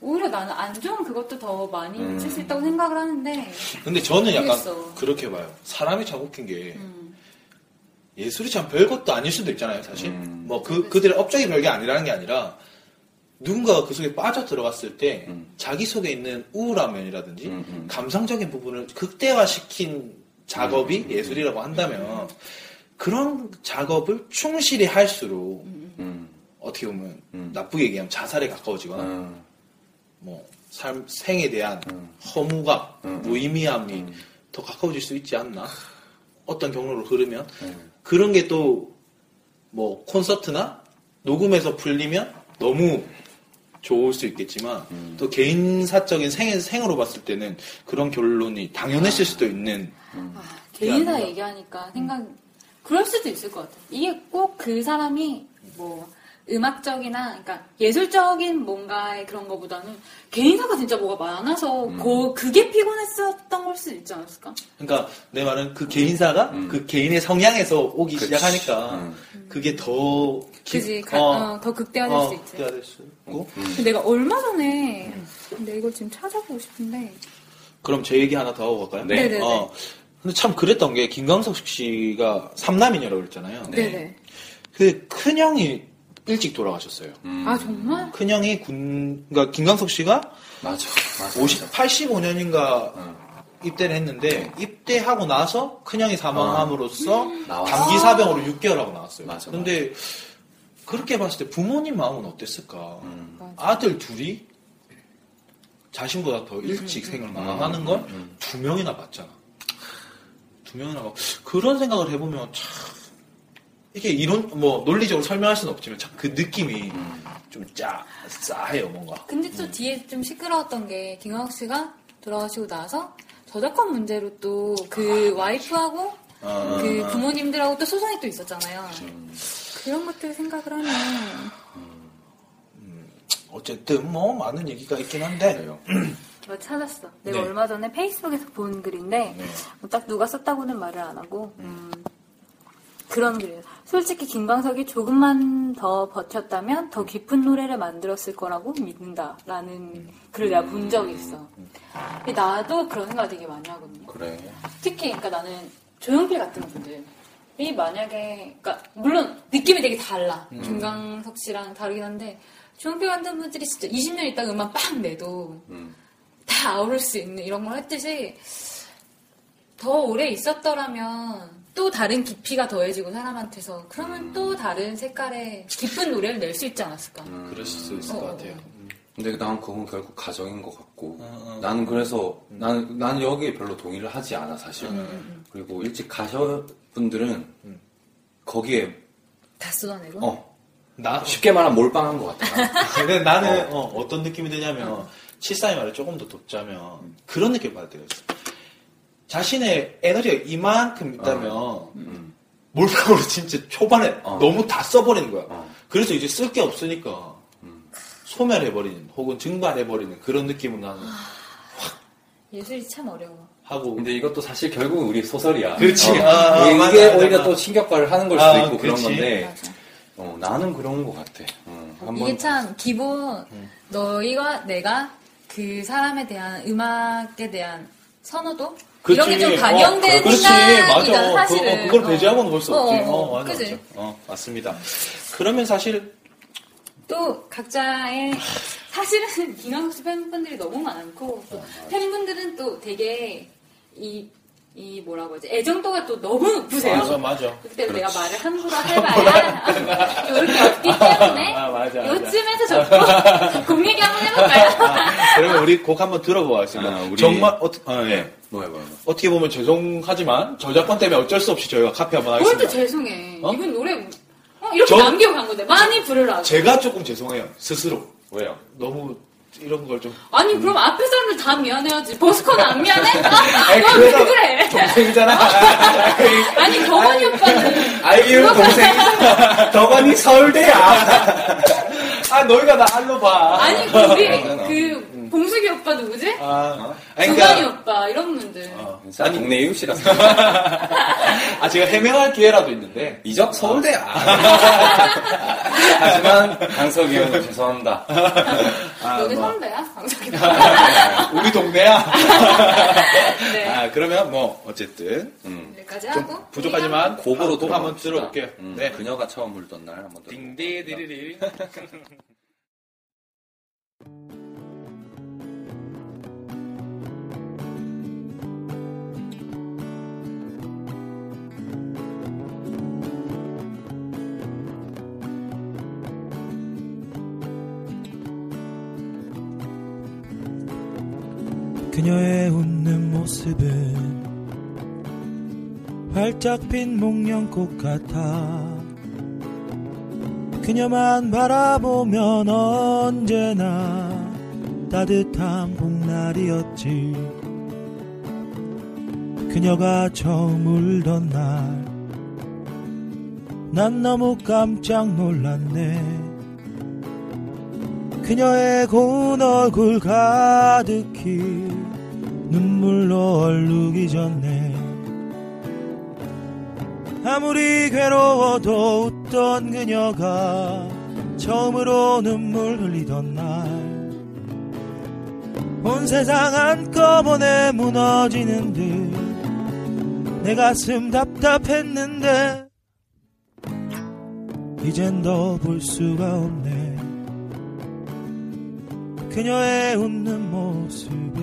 C: 오히려 나는 안 좋은 그것도 더 많이
E: 음.
C: 칠 수 있다고 생각을 하는데
E: 근데 저는 약간
C: 모르겠어.
E: 그렇게 봐요. 사람이 참 웃긴 게
C: 음,
E: 예술이 참 별것도 아닐 수도 있잖아요, 사실.
D: 음.
E: 뭐 그, 그들의 업적이 별게 아니라는 게 아니라 누군가가 그 속에 빠져 들어갔을 때 자기 속에 있는 우울한 면이라든지
D: 음, 음.
E: 감성적인 부분을 극대화시킨 작업이
D: 음,
E: 예술이라고 한다면 그런 작업을 충실히 할수록
D: 음,
E: 어떻게 보면
D: 음.
E: 나쁘게 얘기하면 자살에 가까워지거나
D: 음,
E: 뭐 삶, 생에 대한 허무감, 무의미함이 더 가까워질 수 있지 않나? 어떤 경로로 흐르면 그런 게 또 뭐 콘서트나 녹음에서 풀리면 너무 좋을 수 있겠지만 또 개인사적인 생, 생으로 봤을 때는 그런 결론이 당연했을 수도 있는
C: 아, 개인사
E: 미안합니다.
C: 얘기하니까 생각 그럴 수도 있을 것 같아 이게 꼭 그 사람이 뭐 음악적이나 그러니까 예술적인 뭔가의 그런 거보다는 개인사가 진짜 뭐가 많아서
E: 음.
C: 그, 그게 피곤했었던 걸 수도 있지 않았을까?
E: 그러니까 내 말은 그 개인사가 그 개인의 성향에서 오기 시작하니까 그게 더 기-
C: 그지 가- 어, 더 극대화될
E: 어,
C: 수 있지
E: 극대화될 음. 수 있고
C: 근데 내가 얼마 전에 근데 이걸 지금 찾아보고 싶은데
E: 그럼 제 얘기 하나 더 하고 갈까요?
C: 네. 네네네.
E: 어, 근데 참 그랬던 게 김광석 씨가 삼남이냐라고 그랬잖아요.
C: 네. 네
E: 그 큰형이 일찍 돌아가셨어요.
C: 아 정말?
E: 큰형이 군, 그러니까 김광석 씨가
D: 맞아 맞아. 네.
E: 50, 85년인가 입대를 했는데 입대하고 나서 큰형이 사망함으로써
D: 아. 나왔어.
E: 단기 사병으로 6개월하고 나왔어요.
D: 맞아,
E: 근데 그렇게 봤을 때 부모님 마음은 어땠을까? 아들 둘이 자신보다 더 일찍
D: 음.
E: 생을 마감하는 걸 두 명이나 봤잖아. 두 명이나 봐. 그런 생각을 해보면 참 이게 이론 뭐 논리적으로 설명할 수는 없지만 참 그 느낌이
D: 음.
E: 좀 짜, 싸해요 뭔가.
C: 근데 또 뒤에 좀 시끄러웠던 게 김광석 씨가 돌아가시고 나서 저작권 문제로 또 그 와이프하고
E: 그렇죠. 아. 그렇죠.
C: 그 부모님들하고 또 소송이 또 있었잖아요. 그런 것들 생각을 하면
E: 어쨌든 뭐 많은 얘기가 있긴 한데
C: 내가 뭐 찾았어. 내가
E: 네.
C: 얼마 전에 뭐 페이스북에서 본 글인데 뭐딱 누가 썼다고는 말을 안 하고 음, 그런 그래요. 솔직히 김광석이 조금만 더 버텼다면 더 깊은 노래를 만들었을 거라고 믿는다라는 글을 내가 본 적이 있어. 근데 나도 그런 생각 되게 많이 하거든요.
I: 그래.
C: 특히 그러니까 나는 조용필 같은 분들이 만약에 그러니까 물론 느낌이 되게 달라 김광석 씨랑 다르긴 한데 조용필 같은 분들이 진짜 20년 있다가 음악 빵 내도 다 아우를 수 있는 이런 걸 했듯이 더 오래 있었더라면 또 다른 깊이가 더해지고 사람한테서 그러면 또 다른 색깔의 깊은 노래를 낼 수 있지 않았을까?
E: 그럴 수 있을
C: 어,
E: 것
C: 어,
E: 같아요.
D: 근데 난 그건 결국 가정인 것 같고
E: 어, 어.
D: 나는 그래서 나는 나는 여기에 별로 동의를 하지 않아 사실
E: 음,
D: 그리고 일찍 가셔 분들은 거기에
C: 다 쏟아내고
D: 어
E: 나
D: 쉽게 말하면 몰빵한 것 같아
E: 근데 나는 어, 떤 느낌이 드냐면 칠사의 말을 조금 더 돕자면 그런 느낌 받아들였어. 자신의 에너지가 이만큼 있다면 음. 몰빵으로 진짜 초반에
D: 어.
E: 너무 다 써버리는 거야.
D: 어.
E: 그래서 이제 쓸 게 없으니까 음. 소멸해버리는 혹은 증발해버리는 그런 느낌은 나는
C: 예술이 참 어려워.
E: 하고
D: 근데 이것도 사실 결국은 우리 소설이야
E: 그렇지.
D: 어,
E: 아, 아,
D: 이게
E: 맞아, 맞아,
D: 오히려
E: 맞아.
D: 또 신격화를 하는 걸 수도
E: 아,
D: 있고 그런
E: 그렇지.
D: 건데
C: 맞아.
D: 어, 나는 그런 것 같아 어, 한번
C: 이게 참 기본 너희가 내가 그 사람에 대한 음악에 대한 선호도 이런 게 좀
E: 그렇지.
C: 반영된
E: 어, 그렇지. 맞아.
C: 생각이다
E: 어,
C: 사실은.
E: 그, 걸 배제하고는 볼 수
C: 어,
E: 없지.
C: 어,
E: 어,
C: 어,
E: 맞아,
C: 그지?
E: 맞아. 어, 맞습니다. 그러면 사실
C: 또 각자의 사실은 김광석 씨 팬분들이 너무
E: 어,
C: 많고 또 팬분들은 또 되게 이, 이 뭐라고 하지 애정도가 또 너무 높으세요.
E: 어, 맞아, 맞아.
C: 그때 내가 말을 함부로 해봐야 이렇게 없기 때문에
E: 아, 맞아, 맞아.
C: 요쯤에서 접고 공 얘기 한번 해볼까요?
E: 그러면 우리 곡 한번 들어보겠습니다.
D: 아, 우리-
E: 정말 어떻게 아, 예.
D: 뭐야 뭐야 뭐야.
E: 어떻게 보면 죄송하지만 저작권 때문에 어쩔 수 없이 저희가 카피 한번
C: 뭘 또
E: 하겠습니다.
C: 죄송해.
E: 어?
C: 이분 노래 어, 이렇게
E: 저-
C: 남겨간 건데 많이 부르라고.
E: 제가 조금 죄송해요 스스로
D: 왜요?
E: 너무 이런 걸 좀.
C: 아니 그럼 앞에 사람들 다 미안해야지. 버스커는 안 미안해?
E: 아니,
C: 넌왜
E: 그래서
C: 그래?
E: 동생이잖아.
C: 아니 경원이 오빠는
E: 알기로 동생이잖아. 덕원이 서울대야. 아 너희가 나 알로 봐.
C: 아니 그 우리 그 봉숙이 오빠 누구지?
E: 음. 아, 아니,
C: 정관이 오빠 이런 분들.
D: 진짜 어, 동네 이웃이라서
E: 아 제가 해명할 기회라도 있는데
D: 이적 서울대야. 하지만 강석이 형 죄송합니다.
E: 아,
C: 여기
E: 뭐.
C: 선배야? 방석이
E: 우리 동네야.
C: 네.
E: 아 그러면 뭐 어쨌든
C: 여기까지 하고
E: 부족하지만
D: 아, 곡으로
E: 아, 곡 한번 들어볼게요.
D: 음,
E: 네.
D: 그녀가 처음 울던 날 한번 들어.
E: 딩디디리리.
J: 그녀의 웃는 모습은 활짝 핀 목련꽃 같아 그녀만 바라보면 언제나 따뜻한 봄날이었지 그녀가 처음 울던 날 난 너무 깜짝 놀랐네 그녀의 고운 얼굴 가득히 눈물로 얼룩이 졌네 아무리 괴로워도 웃던 그녀가 처음으로 눈물 흘리던 날 온 세상 한꺼번에 무너지는 듯 내 가슴 답답했는데 이젠 더 볼 수가 없네 그녀의 웃는 모습은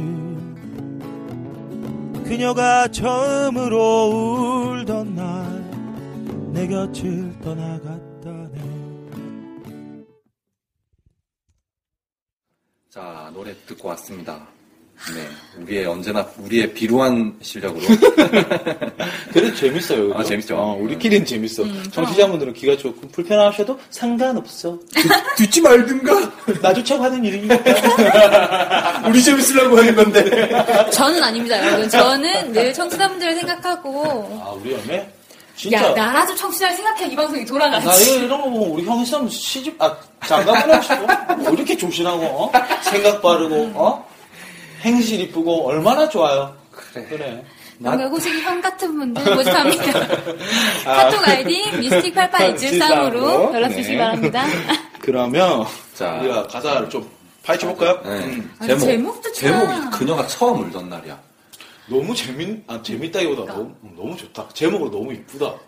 J: 그녀가 처음으로 울던 날 내 곁을 떠나갔다네
D: 자 노래 듣고 왔습니다. 네, 우리의 언제나 우리의 비루한 실력으로
E: 그래도 재밌어요. 그죠?
D: 아, 재밌죠.
E: 어, 우리끼리는 재밌어.
D: 음.
E: 정치자분들은 귀가 조금 불편하셔도 상관없어.
D: 듣지 말든가.
E: 나조차고 하는 일이니까.
D: 우리 재밌으려고 하는 건데.
C: 그러니까 저는 아닙니다 여러분. 저는 늘 청취자분들을 생각하고
E: 아, 우리 연애? 진짜.
C: 야 나라도 청취자를 생각해 이 방송이 돌아가지.
E: 나 이런, 이런 거 보면 우리 형 있으면 시집, 아, 장가 보내고 싶어? 뭐 이렇게 조신하고, 어? 생각 빠르고, 어? 행실 이쁘고, 얼마나 좋아요. 그래.
C: 뭔가 호식이 형 같은 분들 모집합니다. 카톡 아이디 미스틱 8823으로 연락
E: 네.
C: 주시기 바랍니다.
E: 그러면
D: 자.
E: 우리가 가사를 좀 파헤쳐 볼까요?
D: 네.
C: 아니,
D: 제목
C: 제목도 참.
D: 제목이 그녀가 처음 울던 날이야.
E: 어, 너무 재밌 아 재밌다기보다 너무, 너무 좋다. 제목으로 너무 이쁘다. 어,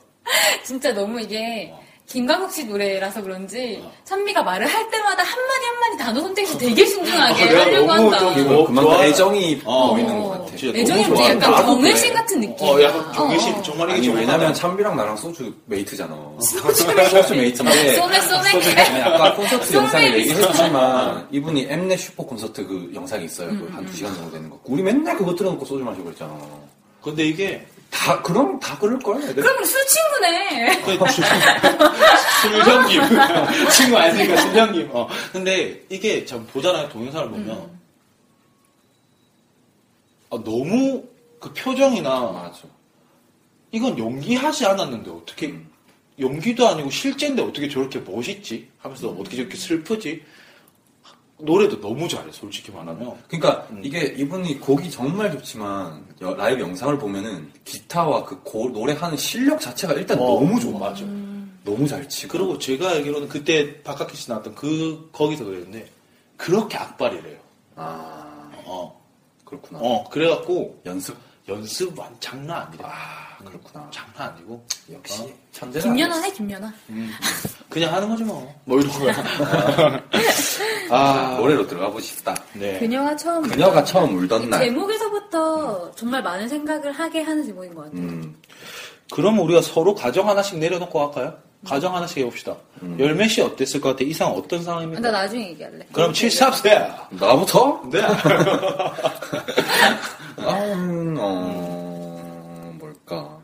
C: 진짜 너무 이게 김광석 씨 노래라서 그런지 찬미가 말을 할 때마다 한마디 한마디 단어 선택도 되게 신중하게
E: 내가
C: 하려고
E: 너무
C: 한다.
E: 좀
D: 이거
E: 어,
D: 그만큼
E: 좋아요.
D: 애정이
E: 어.
D: 보이는 것 같아. 네.
E: 진짜
C: 애정이
E: 너무
C: 없지
E: 좋아하는
C: 뭐 약간
E: 것 같아.
C: 경외심 같은 느낌.
E: 어, 약간 경외심
C: 어.
E: 정말 이게
D: 아니
E: 좀
D: 왜냐면
E: 하다.
D: 참비랑 나랑 소주 메이트잖아. 소주
C: 소주
D: 메이트인데
C: 소맥
D: 아니,
C: 소맥.
D: 아까 콘서트 영상을
C: 소맥이
D: 얘기했지만 이분이 엠넷 슈퍼 콘서트 그 영상이 있어요. 그한두 시간 정도 되는 거. 우리 맨날 그거 틀어놓고 소주 마시고 그랬잖아.
E: 근데 이게
D: 다 그럼 다 그럴 거야. 애들.
C: 그럼 술 친구네.
E: 그 주- 순정님 친구 아니니까 순정님. 어. 근데 이게 참 보잖아요 동영상을 보면 아, 너무 그 표정이나
D: 맞아.
E: 이건 연기하지 않았는데 어떻게
D: 음.
E: 연기도 아니고 실제인데 어떻게 저렇게 멋있지 하면서 어떻게 저렇게 슬프지 노래도 너무 잘해 솔직히 말하면
D: 그러니까
E: 음.
D: 이게 이분이 곡이 정말 좋지만 여- 라이브 영상을 보면은 기타와 그 고- 노래하는 실력 자체가 일단
E: 어,
D: 너무 좋아.
E: 맞아.
C: 음.
D: 너무 잘 치고.
E: 그리고 제가 알기로는 그때 박학기 씨 나왔던 그 거기서 그랬는데 그렇게 악발이래요
D: 아
E: 어,
D: 그렇구나.
E: 어 그래갖고
D: 연습.
E: 연습 완 장난 아니래
D: 아 그렇구나.
E: 장난 아니고
D: 역시
E: 어?
D: 천재는 아니었어.
C: 김연아네 김연아.
E: 그냥 하는 거지 뭐. 뭐 이런 거야. 아,
D: 노래로 들어가 보시다.
E: 네.
C: 그녀가 처음
D: 그녀가 처음 울던 날.
C: 제목에서부터 정말 많은 생각을 하게 하는 제목인 것 같아요.
D: 음,
E: 그럼 우리가 서로 가정 하나씩 내려놓고 할까요? 가정 하나씩 해봅시다. 열매 씨 어땠을 것 같아? 이 상황 어떤 상황입니까?
C: 나 나중에 얘기할래.
E: 그러니까 그럼 73세.
D: 나부터?
E: 네.
D: 나는 음, 어 뭘까?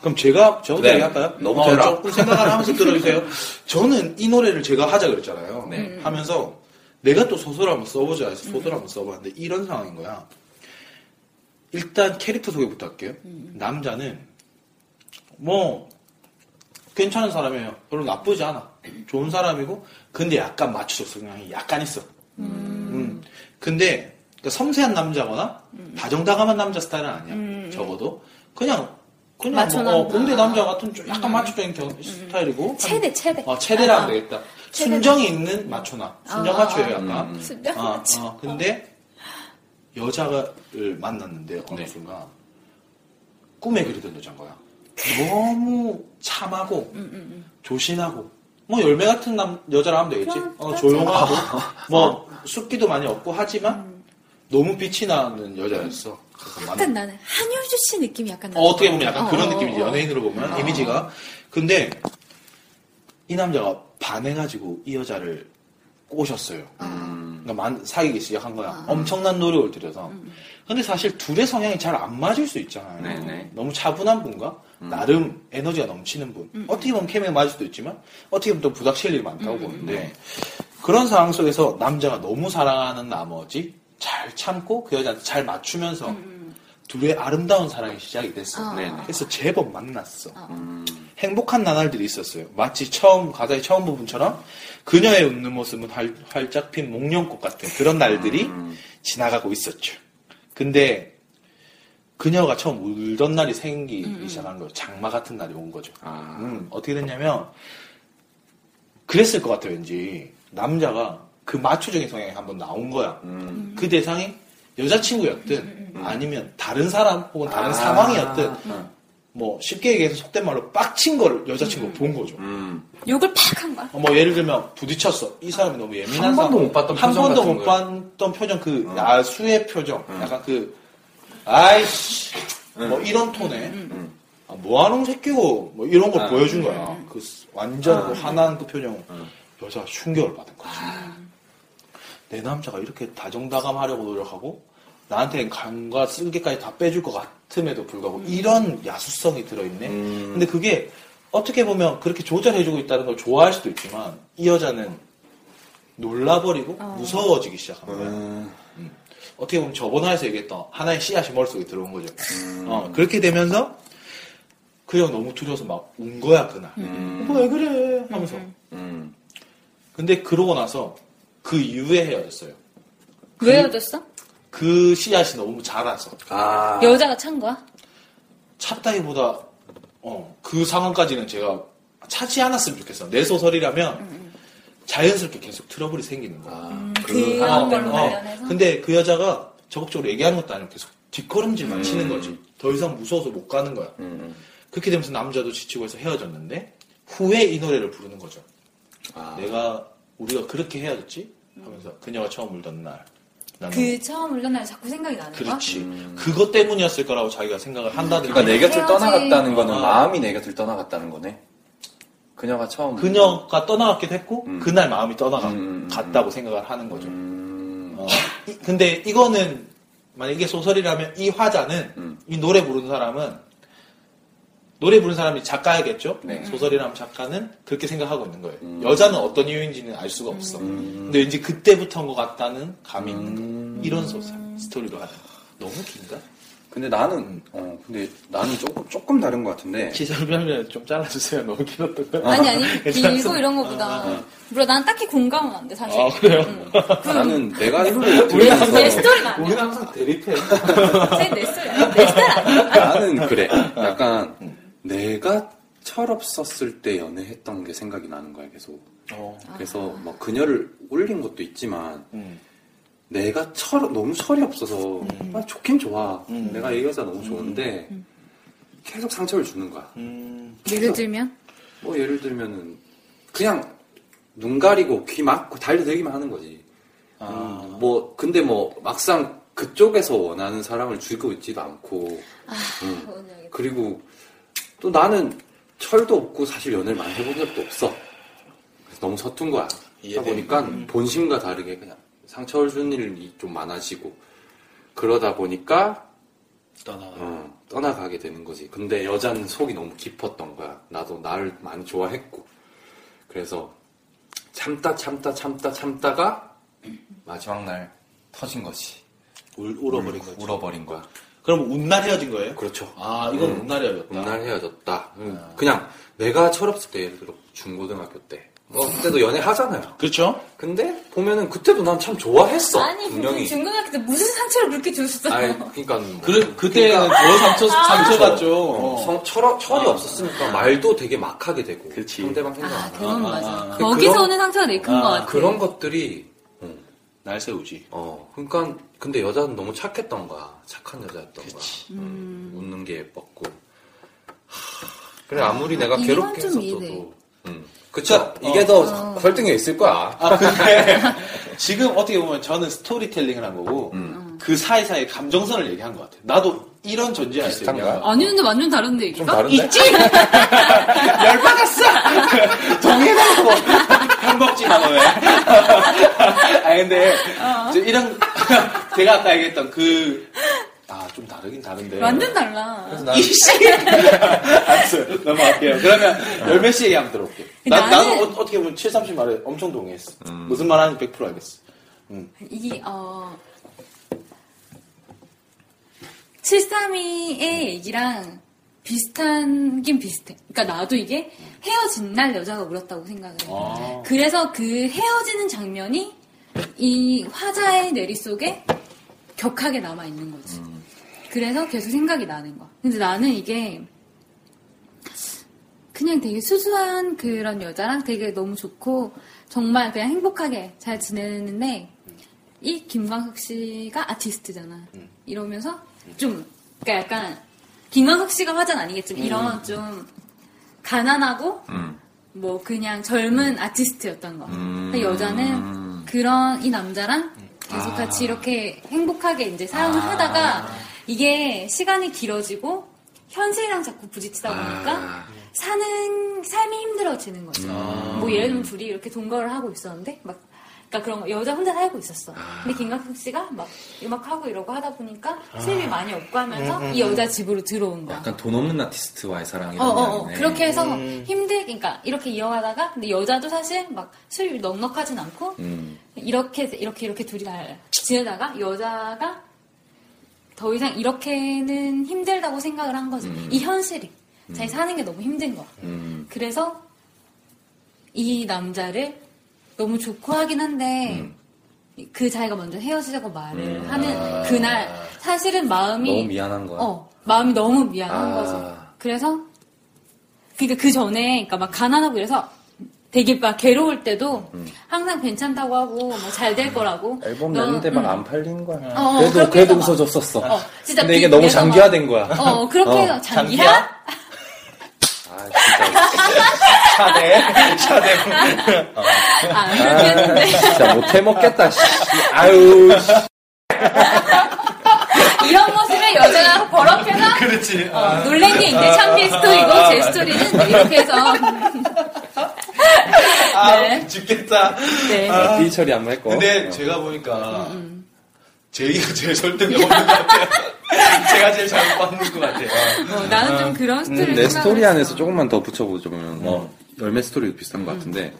E: 그럼 제가 저부터
D: 네.
E: 얘기할까요?
D: 너부터
E: 어,
D: 해라.
E: 조금 생각을 하면서 들어주세요. 저는 이 노래를 제가 하자 그랬잖아요.
D: 네.
E: 하면서 내가 또 소설 한번 써보자 해서 소설 한번 써봤는데 이런 상황인 거야. 일단 캐릭터 소개부터 할게요. 남자는 뭐 괜찮은 사람이에요. 별로 나쁘지 않아. 좋은 사람이고 근데 약간 마취적 성향이 약간 있어. 음. 근데 그 섬세한 남자거나 다정다감한 남자 스타일은 아니야. 적어도 그냥 그냥 뭐, 어,
C: 마초남자.
E: 공대 남자 같은 좀 약간 마초적인 경- 스타일이고
C: 최대 최대.
E: 어, 체대라
C: 아,
E: 하면 되겠다. 순정이 있는 마초남. 순정 마초예요
D: 음,
E: 약간.
C: 진짜?
E: 아, 아, 근데 여자를 만났는데 어느
D: 네.
E: 순간 꿈에 그리던 여자인 거야. 너무 참하고
C: 음,
E: 조신하고 뭐 열매 같은 남, 여자라 하면 되겠지.
C: 그럼
E: 어,
C: 맞아.
E: 조용하고 뭐 숫기도 많이 없고 하지만
C: 음.
E: 너무 빛이 나는 여자였어. 그래서
C: 약간
E: 나는
C: 나는 한효주 씨 느낌이 약간
E: 어, 어떻게 보면 약간
C: 어,
E: 그런
C: 어,
E: 느낌이지
C: 어.
E: 연예인으로 보면 이미지가. 근데 이 남자가 반해가지고 이 여자를 꼬셨어요.
D: 음,
E: 그러니까 만- 사귀기 시작한 거야. 엄청난 노력을 들여서. 근데 사실 둘의 성향이 잘 안 맞을 수 있잖아요.
D: 네네. 음.
E: 너무 차분한 분과 나름 에너지가 넘치는 분. 어떻게 보면 케미가 맞을 수도 있지만 어떻게 보면 또 부닥칠 일이 많다고
D: 네.
E: 보는데 그런 상황 속에서 남자가 너무 사랑하는 나머지 잘 참고 그 여자한테 잘 맞추면서 둘의 아름다운 사랑이 시작이 음, 됐어.
C: 아.
D: 네네.
E: 그래서 제법 만났어.
D: 음,
E: 행복한 나날들이 있었어요. 마치 처음 가사의 처음 부분처럼 그녀의 웃는 모습은 활, 활짝 핀 목련꽃 같은 그런 날들이 지나가고 있었죠. 근데 그녀가 처음 울던 날이 생기기 시작한 거예요. 장마 같은 날이 온 거죠.
D: 아,
E: 음, 어떻게 됐냐면 그랬을 것 같아요. 왠지 남자가 그 마초적인 성향이 한번 나온 거야.
D: 음,
E: 그 대상이 여자친구였든 아니면 다른 사람 혹은 다른
D: 아.
E: 상황이었든
D: 음.
E: 뭐 쉽게 얘기해서 속된 말로 빡친 걸 여자친구가 본 거죠.
D: 음,
C: 욕을 팍 한 거야.
E: 뭐 예를 들면 부딪혔어. 이 사람이 너무 예민한
D: 한 번도
E: 사람.
D: 못 봤던
E: 한
D: 표정
E: 번도
D: 같은
E: 못
D: 거야.
E: 봤던 표정 그
D: 어. 음.
E: 야수의 표정. 약간 그 아이씨 뭐 이런 톤에 아, 뭐하는 새끼고 뭐 이런 걸
D: 음. 아.
E: 보여준 거야. 그 완전 그
D: 아. 음.
E: 화난 그 표정. 여자 가 충격을 받은 거지. 내 남자가 이렇게 다정다감하려고 노력하고 나한테 간과 쓸개까지 다 빼줄 것 같음에도 불구하고 이런 야수성이 들어있네.
D: 음.
E: 근데 그게 어떻게 보면 그렇게 조절해주고 있다는 걸 좋아할 수도 있지만 이 여자는 놀라버리고 무서워지기 시작한 거야.
D: 음,
E: 어떻게 보면 저번 화에서 얘기했던 하나의 씨앗이 머릿속에 들어온 거죠.
D: 음.
E: 어, 그렇게 되면서 그냥 너무 두려워서 막 운 거야 그날. 오빠 왜 그래 하면서.
D: 음.
E: 근데 그러고 나서 그 이후에 헤어졌어요.
C: 왜 헤어졌어?
E: 그 씨앗이 너무 자라서.
I: 아.
C: 여자가 찬 거야?
E: 찼다기보다 어, 그 상황까지는 제가 차지 않았으면 좋겠어. 내 소설이라면 자연스럽게 계속 트러블이 생기는 거야.
C: 그
E: 어,
C: 걸로
E: 어.
C: 관련해서?
E: 근데 그 여자가 적극적으로 얘기하는 것도 아니고 계속 뒷걸음질만 치는 거지. 더 이상 무서워서 못 가는 거야. 그렇게 되면서 남자도 지치고 해서 헤어졌는데 후에 이 노래를 부르는 거죠. 내가 우리가 그렇게 헤어졌지? 하면서 그녀가 처음 울던 날. 나는
C: 그 처음 울던 날 자꾸 생각이 나는 거야?
E: 그렇지. 그것 때문이었을 거라고 자기가 생각을 한다든지.
D: 음. 그러니까 내 곁을
C: 헤어지-
D: 떠나갔다는 거는
E: 아.
D: 마음이 내 곁을 떠나갔다는 거네. 그녀가 처음
E: 그녀가 떠나갔기도 했고 그날 마음이 떠나갔다고 생각을 하는 거죠.
D: 음.
E: 어, 이- 근데 이거는 만약 이게 소설이라면 이 화자는
D: 음.
E: 이 노래 부르는 사람은 노래 부르는 사람이 작가야겠죠.
D: 네. 음.
E: 소설이라면 작가는 그렇게 생각하고 있는 거예요. 여자는 어떤 이유인지는 알 수가 없어. 근데 왠지 그때부터인 것 같다는 감이
D: 음.
E: 있는 거. 이런 소설 스토리로 하는. 거. 너무 긴가?
D: 근데 나는 어 근데 나는 조금 조금 다른 것 같은데.
E: 기절변을 좀 잘라주세요. 너무 길었던 거.
C: 아니 아니
E: 괜찮았어.
C: 길고 이런 거보다 물론 난 딱히 공감은 안 돼 사실
E: 아 그래요?
D: 나는 내가 이거를
C: 우리 내
D: 들으면서
C: 스토리가 아니야
E: 우리는 항상 대립해.
C: 쟤내 스토리 아니야 내 스타일 아니야
D: 나는 그래.
E: 어.
D: 약간
E: 음.
D: 내가 철없었을 때 연애했던 게 생각이 나는 거야 계속.
E: 어.
D: 그래서 막 그녀를 올린 것도 있지만
E: 음.
D: 내가 철 너무 철이 없어서 아, 좋긴 좋아.
E: 음.
D: 내가 이 여자 너무 좋은데 계속 상처를 주는 거야.
E: 음.
C: 예를 들면
D: 뭐 예를 들면은 그냥 눈 가리고 귀 막고 달려들기만 하는 거지.
E: 아.
D: 음, 뭐 근데 뭐 막상 그쪽에서 원하는 사람을 주고 있지도 않고 음.
C: 좋은 이야기.
D: 그리고 또 나는 철도 없고 사실 연애를 많이 해본 적도 없어. 그래서 너무 서툰 거야.
E: 이해돼.
D: 그러다 보니까 본심과 다르게 그냥 상처를 주는 일이 좀 많아지고 그러다 보니까
E: 떠나.
D: 어, 떠나가게 되는 거지. 근데 여자는 속이 너무 깊었던 거야. 나도 나를 많이 좋아했고. 그래서 참다 참다 참다 참다가 마지막 날 터진 거지.
E: 울, 울어버린 거지.
D: 음, 울어버린 거야.
E: 그럼 운날 헤어진 거예요?
D: 그렇죠.
E: 아, 이건 운날 헤어졌다.
D: 날 헤어졌다. 음, 그냥 내가 철없을 때 예를 들어 중고등학교 때. 뭐 그때도 연애 하잖아요.
E: 그렇죠?
D: 근데 보면은 그때도 난 참 좋아했어.
C: 아니 무슨
D: 분명히.
C: 중고등학교 때 무슨 상처를 그렇게 줬어
D: 아니 그러니까 뭐.
E: 그, 그때는 더 상처, 상처 같죠. 어. 아.
D: 성, 철, 철이 없었으니까 말도 되게 막하게 되고
E: 그치.
D: 상대방 생각
C: 아
D: 안 하고
C: 그건
E: 아,
C: 맞아
E: 아, 아.
C: 거기서
D: 그런-
C: 오는 상처가 되게 큰거
E: 아,
C: 같아
D: 그런 것들이
E: 날 세우지.
D: 어 그러니까 근데 여자는 너무 착했던 거야 착한 여자였던 거야 음, 웃는 게 예뻤고 하, 그래 아무리 내가
C: 이건
D: 괴롭게
C: 좀 어, 이해돼.
D: 했었어도 음. 그쵸 이게 더 설득력 있을 거야
E: 아, 근데 지금 어떻게 보면 저는 스토리텔링을 한 거고,
D: 음.
E: 그 사이사이 감정선을 얘기한 것 같아요. 나도 이런 존재야.
D: 비슷한가요?
C: 아니 근데 완전 다른데 얘기가?
D: 좀 다른데
E: 열받았어! 동해라고! 한 먹지 마, 너네. 아, 근데, 저 이런, 제가 아까 얘기했던 그, 아, 좀 다르긴 다른데.
C: 완전 달라
E: 이씨! 알았어요. 넘어갈게요. 그러면 열몇 시 얘기 한번 들어볼게요. 나,
C: 나는-
E: 나는 어, 떻게 보면 7, 30 말에 엄청 동의했어.
K: 음.
E: 무슨 말 하는지 100% 알겠어.
C: 이게 어 732의 얘기랑 비슷한긴 비슷해. 그러니까 나도 이게 헤어진 날 여자가 울었다고 생각을 해.
E: 아.
C: 그래서 그 헤어지는 장면이 이 화자의 내리 속에 격하게 남아 있는 거지. 그래서 계속 생각이 나는 거야. 근데 나는 이게 그냥 되게 수수한 그런 여자랑 되게 너무 좋고 정말 그냥 행복하게 잘 지내는데 이 김광석 씨가 아티스트잖아. 이러면서 좀 그러니까 약간 김광석 씨가 화장 아니겠지만 이런 좀 가난하고 뭐 그냥 젊은 아티스트였던 거. 근데 여자는 그런 이 남자랑 계속 같이 이렇게 행복하게 이제 사랑을 하다가 이게 시간이 길어지고 현실이랑 자꾸 부딪히다 보니까 사는 삶이 힘들어지는 거죠. 뭐 예를 들면 둘이 이렇게 동거를 하고 있었는데 막 그러니까 그런 거, 여자 혼자 살고 있었어. 근데 김광석 씨가 막 음악하고 이러고 하다 보니까 수입이 많이 없고 하면서 이 여자 집으로 들어온 거야.
D: 약간 돈 없는 아티스트와의 사랑이
C: 어, 어, 어.
D: 네.
C: 그렇게 해서 힘들, 그러니까 이렇게 이어가다가, 근데 여자도 사실 막 수입이 넉넉하진 않고,
D: 음.
C: 이렇게, 이렇게, 이렇게 둘이 잘 지내다가, 여자가 더 이상 이렇게는 힘들다고 생각을 한 거지. 이 현실이. 자기 사는 게 너무 힘든 거야.
D: 음.
C: 그래서
D: 음.
C: 이 남자를 너무 좋고 하긴 한데, 그 자기가 먼저 헤어지자고 말을 하는 그날 사실은 마음이
D: 아. 너무 미안한 거야.
C: 어, 마음이 너무 미안한
D: 아.
C: 거죠. 그래서 그러니까 그 전에 그러니까 막 가난하고 그래서 되게 막 괴로울 때도 항상 괜찮다고 하고 뭐 잘 될 거라고
D: 음. 앨범
C: 너-
D: 내는데 막
C: 음.
D: 안 팔린 거야.
C: 어,
D: 그래도
C: 그렇게
D: 그래도
C: 해서 막-
D: 웃어줬었어.
C: 어, 진짜
D: 근데
C: 비-
D: 이게 너무
C: 내가 막-
D: 장기화된 거야.
C: 어, 그렇게 해서 장기야?
D: 아 진짜
K: 네.
C: 아, 그렇게 했는데
D: 진짜 못 해먹겠다. 씨. 아유. 씨.
C: 이런 모습에 여자가 버럭해서
K: 그렇지. 아,
C: 어, 놀란 게 있네. 찬미의 스토리고 제 스토리는 뭐 이렇게 해서
E: 아,
K: 아,
C: 네.
K: 죽겠다.
C: 네.
D: 아, 삐 처리 어. 안말 거.
K: 근데
E: 어?
K: 제가
E: 음,
K: 보니까 제이가 제일 설득력 없는 것 같아요. 제가 제일 잘못 받는 것 같아요.
C: 어, 나는 좀 그런 스토리를
D: 음, 내
C: 생각을
D: 스토리
C: 했어.
D: 안에서 조금만 더 붙여보자면 뭐
K: 음.
D: 열매 스토리도 비슷한 것 같은데,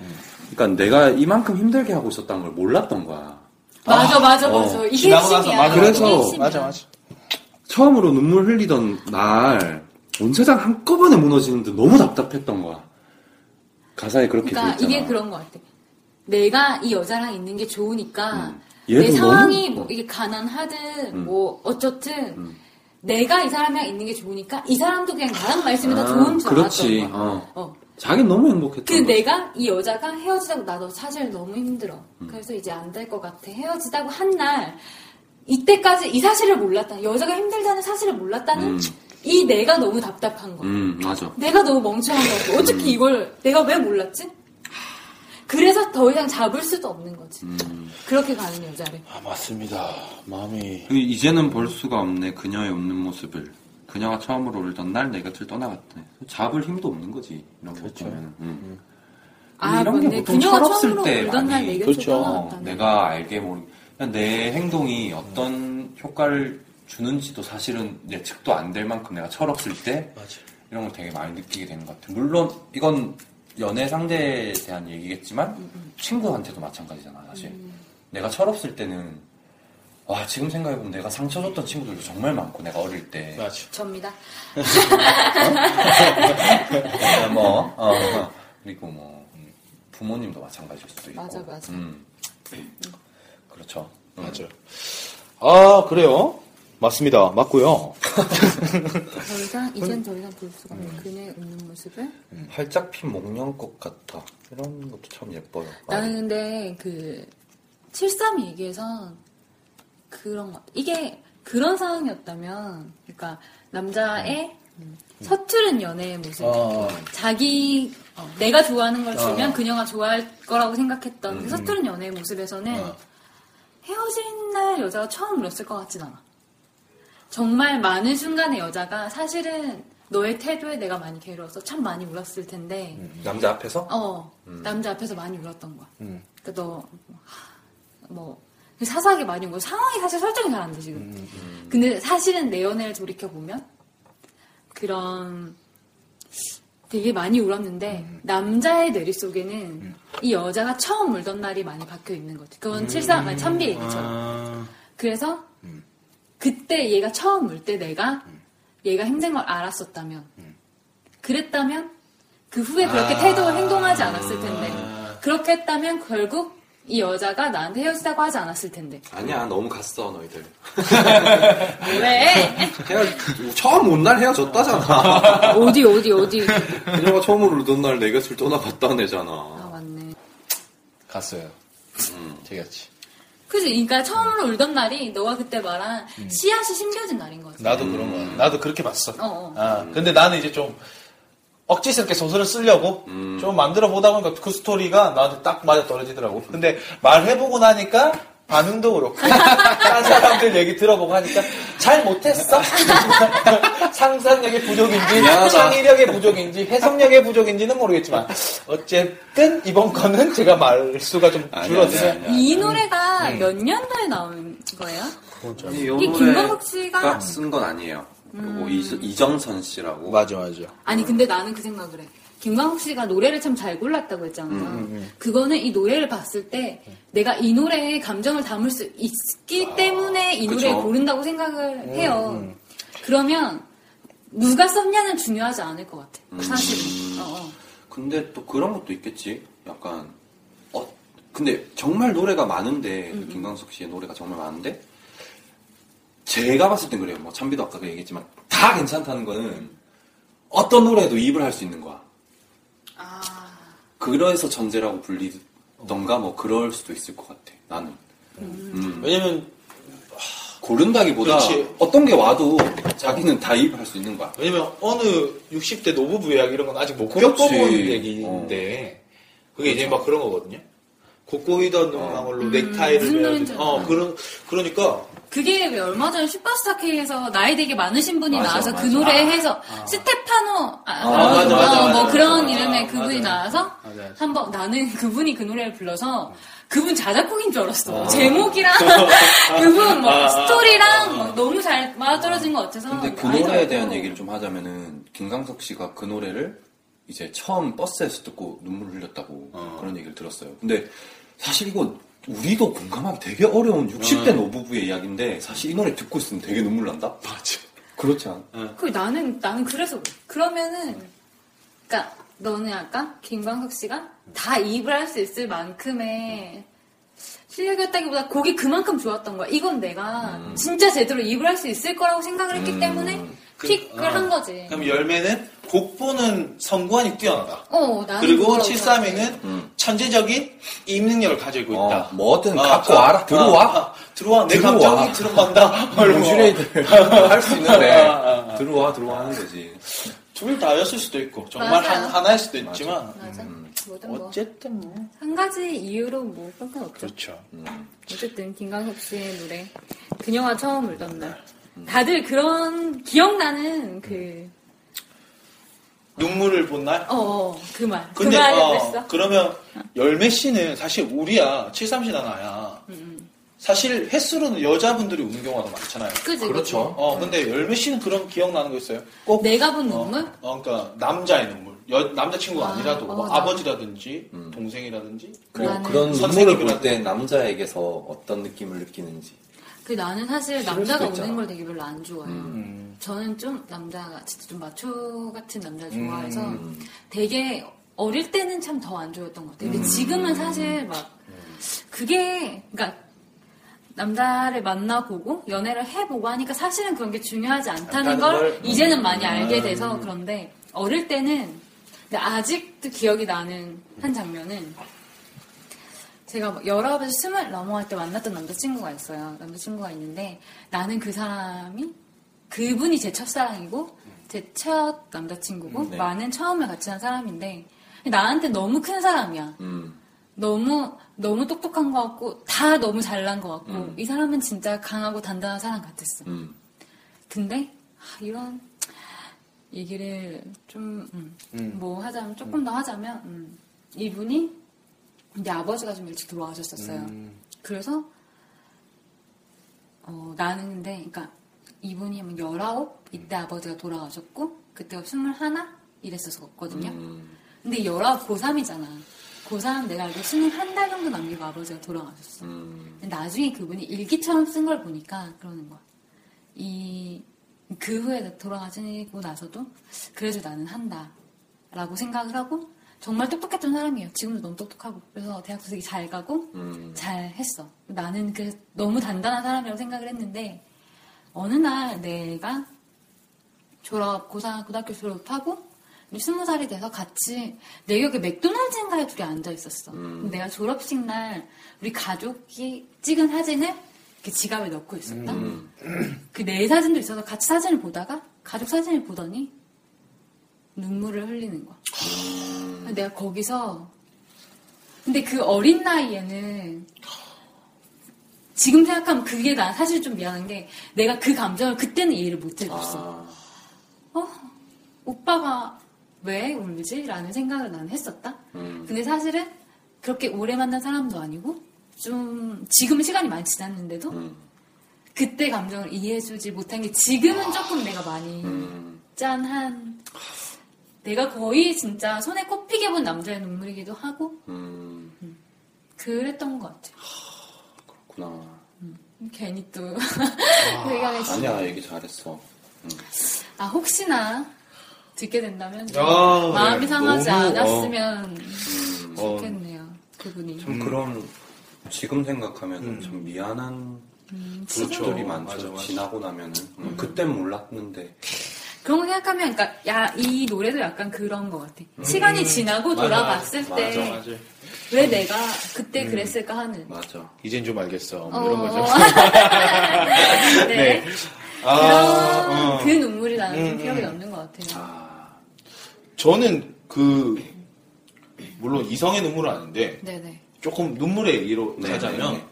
D: 그러니까 내가 이만큼 힘들게 하고 있었다는 걸 몰랐던 거야.
C: 맞아 맞아
D: 어,
C: 맞아 이게
K: 지나고 나서
C: 핵심이야.
K: 맞아,
D: 그래서-
C: 이게 핵심이야.
L: 맞아, 맞아.
D: 처음으로 눈물 흘리던 날, 온 세상 한꺼번에 무너지는데 너무 답답했던 거야. 가사에 그렇게
C: 그러니까
D: 돼 있잖아.
C: 이게 그런 것 같아. 내가 이 여자랑 있는 게 좋으니까
D: 음. 얘도 음.
C: 내
D: 너무-
C: 상황이 뭐 이게 가난하든 뭐 어쨌든
D: 음.
C: 내가 이 사람이랑 있는 게 좋으니까 이 사람도 그냥 나랑 말씀이 다
D: 아,
C: 좋은 줄
D: 그렇지.
C: 알았던 거야.
D: 어.
C: 어.
D: 자기 너무 행복했던
C: 그
D: 거지.
C: 내가 이 여자가 헤어지자고 나도 사실 너무 힘들어.
D: 음.
C: 그래서 이제 안 될 것 같아. 헤어지자고 한 날 이때까지 이 사실을 몰랐다. 여자가 힘들다는 사실을 몰랐다는
D: 음.
C: 이 내가 너무 답답한 거.
D: 음, 맞아.
C: 내가 너무 멍청한 거 같고 어떻게 이걸 내가 왜 몰랐지? 그래서 더 이상 잡을 수도 없는 거지.
D: 음.
C: 그렇게 가는 여자를.
E: 아, 맞습니다. 마음이.
D: 이제는 볼 수가 없네 그녀의 없는 모습을 그녀가 처음으로 울던 날 내 곁을 떠나갔네 잡을 힘도 없는 거지 이런 거 보면 음.
C: 아,
D: 이런 게
C: 근데
D: 보통
C: 그녀가
D: 철없을
C: 처음으로
D: 때
C: 울던 날
D: 많이-
C: 내게
E: 그렇죠.
C: 쫓아나갔다는
D: 어, 내가 알게 모르게 그냥 내 행동이 어떤 효과를 주는지도 사실은 예측도 안 될 만큼 내가 철없을 때
E: 맞아.
D: 이런 걸 되게 많이 느끼게 되는 것 같아 물론 이건 연애 상대에 대한 얘기겠지만
C: 음,
D: 친구한테도 마찬가지잖아 사실 내가 철없을 때는 와 지금 생각해보면 내가 상처 줬던 친구들도 정말 많고 내가 어릴 때
E: 맞아.
C: 접니다.
D: 어, 뭐 어, 어. 그리고 뭐 음, 부모님도 마찬가지일 수도 있고
C: 맞아, 맞아.
D: 음. 그렇죠 음.
E: 맞아요. 아, 그래요? 맞습니다. 맞고요.
C: 더 이상 이젠 더 이상 볼 수가
D: 음.
C: 없는 그녀의 웃는 모습을.
D: 활짝 핀 목련꽃 같다 이런 것도 참 예뻐요
C: 나는 근데 그, 73 얘기에선 그런 것 같아. 이게 그런 상황이었다면, 그러니까 남자의 음. 서투른 연애의 모습.
E: 음. 어.
C: 자기, 어, 내가 좋아하는 걸 주면 그녀가 좋아할 거라고 생각했던 그 서투른 연애의 모습에서는
E: 음. 어.
C: 헤어진 날 여자가 처음 울었을 것 같진 않아. 정말 많은 순간에 여자가 사실은 너의 태도에 내가 많이 괴로워서 참 많이 울었을 텐데,
E: 음.
D: 남자 앞에서 음.
C: 어 남자 앞에서 많이 울었던 거야. 그러니까 너뭐 그 사소하게 많이 울고 상황이 사실 설정이 잘 안 돼
D: 음,
C: 지금. 근데 사실은 내 연애를 돌이켜 보면 그런 되게 많이 울었는데
D: 음.
C: 남자의 뇌리 속에는 이 여자가 처음 울던 날이 많이 박혀 있는 거지. 그건 칠삼
D: 음.
C: 아니 참비 얘기처럼. 그래서
E: 음.
C: 그때 얘가 처음 울 때 내가 얘가 힘든 걸 알았었다면
E: 음.
C: 그랬다면 그 후에 그렇게
E: 아.
C: 태도로 행동하지 않았을 텐데 그렇게 했다면 결국 이 여자가 나한테 헤어지자고 하지 않았을 텐데
D: 아니야 너무 갔어 너희들
C: 왜
D: 헤어 처음 온 날 헤어졌다잖아
C: 어디 어디 어디
D: 그녀가 처음으로 울던 날 내 곁을 떠나갔다는
C: 아
D: 애잖아
C: 맞네
E: 갔어요. 음, 제가 지
C: 그지 그러니까 처음으로 울던 날이 너가 그때 말한
E: 음.
C: 씨앗이 심겨진 날인 거지
E: 나도 그런 거야. 나도 그렇게 봤어.
C: 어, 어.
E: 아, 근데 나는 이제 좀 억지스럽게 소설을 쓰려고 좀 만들어 보다 보니까 그 스토리가 나한테 딱 맞아 떨어지더라고. 근데 말해보고 나니까 반응도 그렇고, 다른 사람들 얘기 들어보고 하니까 잘 못했어. 상상력의 부족인지, 창의력의 부족인지, 해석력의 부족인지는 모르겠지만, 어쨌든 이번 거는 제가 말수가 좀 줄어드네. 음.
C: 이 노래가 몇 년도에 나온 거예요?
D: 아니, 이
C: 이게 김광석 씨가 음.
D: 쓴 건 아니에요 그리고 이, 정선 씨라고
E: 맞아, 맞아.
C: 아니 근데 나는 그 생각을 해. 김광욱 씨가 노래를 참 잘 골랐다고 했잖아.
D: 음,
C: 그거는 이 노래를 봤을 때 내가 이 노래에 감정을 담을 수 있기 때문에 이 노래를
D: 아, 그쵸. 음,
C: 고른다고 생각을 해요. 그러면 누가 썼냐는 중요하지 않을 것 같아. 사실은. 어, 어.
D: 근데 또 그런 것도 있겠지. 약간 어, 근데 정말 노래가 많은데 그 김광석 씨의 노래가 정말 많은데 제가 봤을 땐 그래요. 뭐 참비도 아까 그 얘기했지만 다 괜찮다는 거는 어떤 노래도 입을 할 수 있는 거야. 그래서 전제라고 불리던가 뭐 그럴 수도 있을 것 같아. 나는. 음.
E: 왜냐면
D: 고른다기보다
E: 그렇지.
D: 어떤 게 와도 자기는 다 입을 할 수 있는 거야.
E: 왜냐면 어느 60대 노부부 이야기 이런 건 아직 못
D: 그렇지.
E: 겪어본 얘기인데 그게 이제 막 그런 거거든요. 곱고
D: 어.
E: 히던 눈망울로 넥타이를
C: 음, 무슨 네.
E: 매어주-
C: 노래인지
E: 어 그런 그러니까
C: 그게 왜 얼마 전에 슈퍼스타 K에서 나이 되게 많으신 분이
E: 맞아,
C: 나와서
E: 맞아.
C: 그 노래 해서 스테파노 아,
E: 아, 맞아,
C: 어,
E: 맞아,
C: 뭐
E: 맞아,
C: 그런
E: 맞아.
C: 이름의
E: 아,
C: 그분이
E: 맞아.
C: 나와서
E: 맞아, 맞아.
C: 한번 나는 그분이 그 노래를 불러서 그분 자작곡인 줄
E: 아.
C: 알았어 제목이랑 그분 뭐
D: 아,
C: 스토리랑 뭐 너무 잘 맞아떨어진 것 같아서
D: 근데 그
C: 많이
D: 노래에
C: 들었고.
D: 대한 얘기를 좀 하자면은 김광석 씨가 그 노래를 이제 처음 버스에서 듣고 눈물을 흘렸다고 그런 얘기를 들었어요. 근데 사실 이거 우리도 공감하기 되게 어려운 60대 노부부의 이야기인데 사실 이 노래 듣고 있으면 되게 눈물 난다. 맞아. 어, 그렇지 않아?
C: 그 나는 나는 그래서 그러면은 그러니까 너는 약간 김광석 씨가 다 입을 할 수 있을 만큼의 실력이었다기보다 곡이 그만큼 좋았던 거야. 이건 내가
E: 음.
C: 진짜 제대로 입을 할 수 있을 거라고 생각을 했기 때문에 픽을
E: 어.
C: 한 거지.
E: 그럼 열매는 곡보는 선구안이 뛰어나다.
C: 어, 나는
E: 그리고
C: 그거라고
E: 732는 천재적인 임능력을 가지고 있다.
D: 음. 뭐든
E: 어,
D: 갖고
E: 가-
D: 와라. 아, 들어와. 아,
E: 어, 어, 들어와. 내
D: 들어와. 뭐,
E: 감정이 들어간다. 뭐,
D: 유즈레이들 할 수 있는데 들어와 들어와 하는 거지.
E: 둘 다였을 수도 있고 정말
C: 맞아요.
E: 한, 하나일 수도 있지만
C: 맞아. 뭐든 뭐.
E: 음. 어쨌든 뭐
C: 한 가지 이유로 뭐 상관없죠.
E: 그렇죠.
C: 어쨌든 김광석 씨의 노래 그녀와 처음 울던 날 다들 그런
E: 음.
C: 기억나는 그
E: 눈물을 본 날.
C: 어어 그말
E: 근데
C: 그말
E: 어,
C: 했어
E: 그러면 열매 씨는 사실 우리야 730이나 나야.
C: 음,
E: 사실 횟수로는 여자분들이 우는 경우가 더 많잖아요.
C: 그지
D: 그렇죠.
E: 어 근데 열매 씨는 그런 기억 나는 거 있어요? 꼭
C: 음. 내가 본 눈물
E: 어, 그러니까 남자의 눈물. 여- 남자친구가
C: 아,
E: 아, 니라도
C: 어,
E: 뭐
C: 나-
E: 아버지라든지 동생이라든지
D: 그리고
C: 나는-
D: 그런
E: 선생님이라도-
D: 눈물을 볼 때 남자에게서 어떤 느낌을 느끼는지.
C: 그 나는 사실
D: 싫을
C: 남자가
D: 수도 있잖아.
C: 우는 걸 되게 별로 안 좋아해요
E: 음.
C: 저는 좀 남자가 진짜 좀 마초 같은 남자 좋아해서 되게 어릴 때는 참 더 안 좋았던 것 같아요 근데 지금은 사실 막 그게 그러니까 남자를 만나보고 연애를 해보고 하니까 사실은 그런 게 중요하지 않다는
E: 않다는
C: 걸
E: 걸?
C: 이제는 많이 알게 돼서 그런데 어릴 때는 근데 아직도 기억이 나는 한 장면은 제가 막 열아홉에서 스물 넘어갈 때 만났던 남자친구가 있어요. 남자친구가 있는데 나는 그 사람이 그분이 제 첫사랑이고 제 첫 남자친구고
D: 네.
C: 많은 처음을 같이 한 사람인데 나한테 너무 큰 사람이야.
D: 음.
C: 너무 너무 똑똑한 것 같고 다 너무 잘난 것 같고 이 사람은 진짜 강하고 단단한 사람 같았어.
D: 음.
C: 근데 아, 이런 얘기를 좀 뭐 하자면 조금 더 하자면 음, 이분이 이제 아버지가 좀 일찍 돌아가셨었어요. 그래서 어, 나는 근데 그러니까 이분이 뭐 19 이때 아버지가 돌아가셨고 그때가 21 이랬었거든요. 근데 19 고3이잖아. 고3 내가 알고 21달 정도 남기고 아버지가 돌아가셨어. 근데 나중에 그분이 일기처럼 쓴 걸 보니까 그러는 거야. 이, 그 후에 돌아가시고 나서도, 그래도 나는 한다. 라고 생각을 하고, 정말 똑똑했던 사람이에요. 지금도 너무 똑똑하고. 그래서 대학도 되게 잘 가고, 잘 했어. 나는 그 너무 단단한 사람이라고 생각을 했는데, 어느 날 내가 졸업, 고사, 고등학교 졸업하고, 이제 스무 살이 돼서 같이, 내 기억에 맥도날드인가에 둘이 앉아 있었어. 내가 졸업식 날, 우리 가족이 찍은 사진을 이렇게 지갑에 넣고 있었다. 그 내 사진도 있어서 같이 사진을 보다가 가족 사진을 보더니 눈물을 흘리는 거야. 내가 거기서 근데 그 어린 나이에는 지금 생각하면 그게 나 사실 좀 미안한 게 내가 그 감정을 그때는 이해를 못
D: 아.
C: 해줬어. 어? 오빠가 왜 울지? 라는 생각을 나는 했었다.
E: 음.
C: 근데 사실은 그렇게 오래 만난 사람도 아니고 좀 지금 시간이 많이 지났는데도
E: 음.
C: 그때 감정을 이해해주지 못한 게
E: 아.
C: 지금은 조금 내가 많이
E: 음.
D: 음,
C: 짠한 내가 거의 진짜 손에 꼽히게 본 남자의 눈물이기도 하고
D: 음.
C: 그랬던 것 같아요.
D: 그렇구나.
C: 괜히 또
E: 아,
C: 얘기가 됐어.
D: 아니야 얘기 잘했어.
C: 아 혹시나 듣게 된다면
E: 아,
C: 마음이
E: 네.
C: 상하지
E: 너무,
C: 않았으면
E: 어.
C: 좋겠네요. 그 그분이.
E: 음.
D: 참 그런 지금 생각하면 참 미안한 분들이 많죠. 지나고 나면은 음, 그땐 몰랐는데
C: 그런 거 생각하면, 그러니까 야, 이 노래도 약간 그런 것 같아. 시간이 지나고 돌아봤을 때 왜
D: 맞아.
C: 내가 그때 그랬을까 하는.
D: 맞아.
E: 이젠 좀 알겠어.
C: 어.
E: 뭐 이런 거죠.
C: 네.
E: 아,
C: 그런 그 눈물이 나는 좀 기억에 남는 것 같아요.
E: 저는 그 물론 이성의 눈물은 아닌데
C: 네네.
E: 조금 눈물의 얘기로
D: 네,
E: 하자면
D: 네, 네.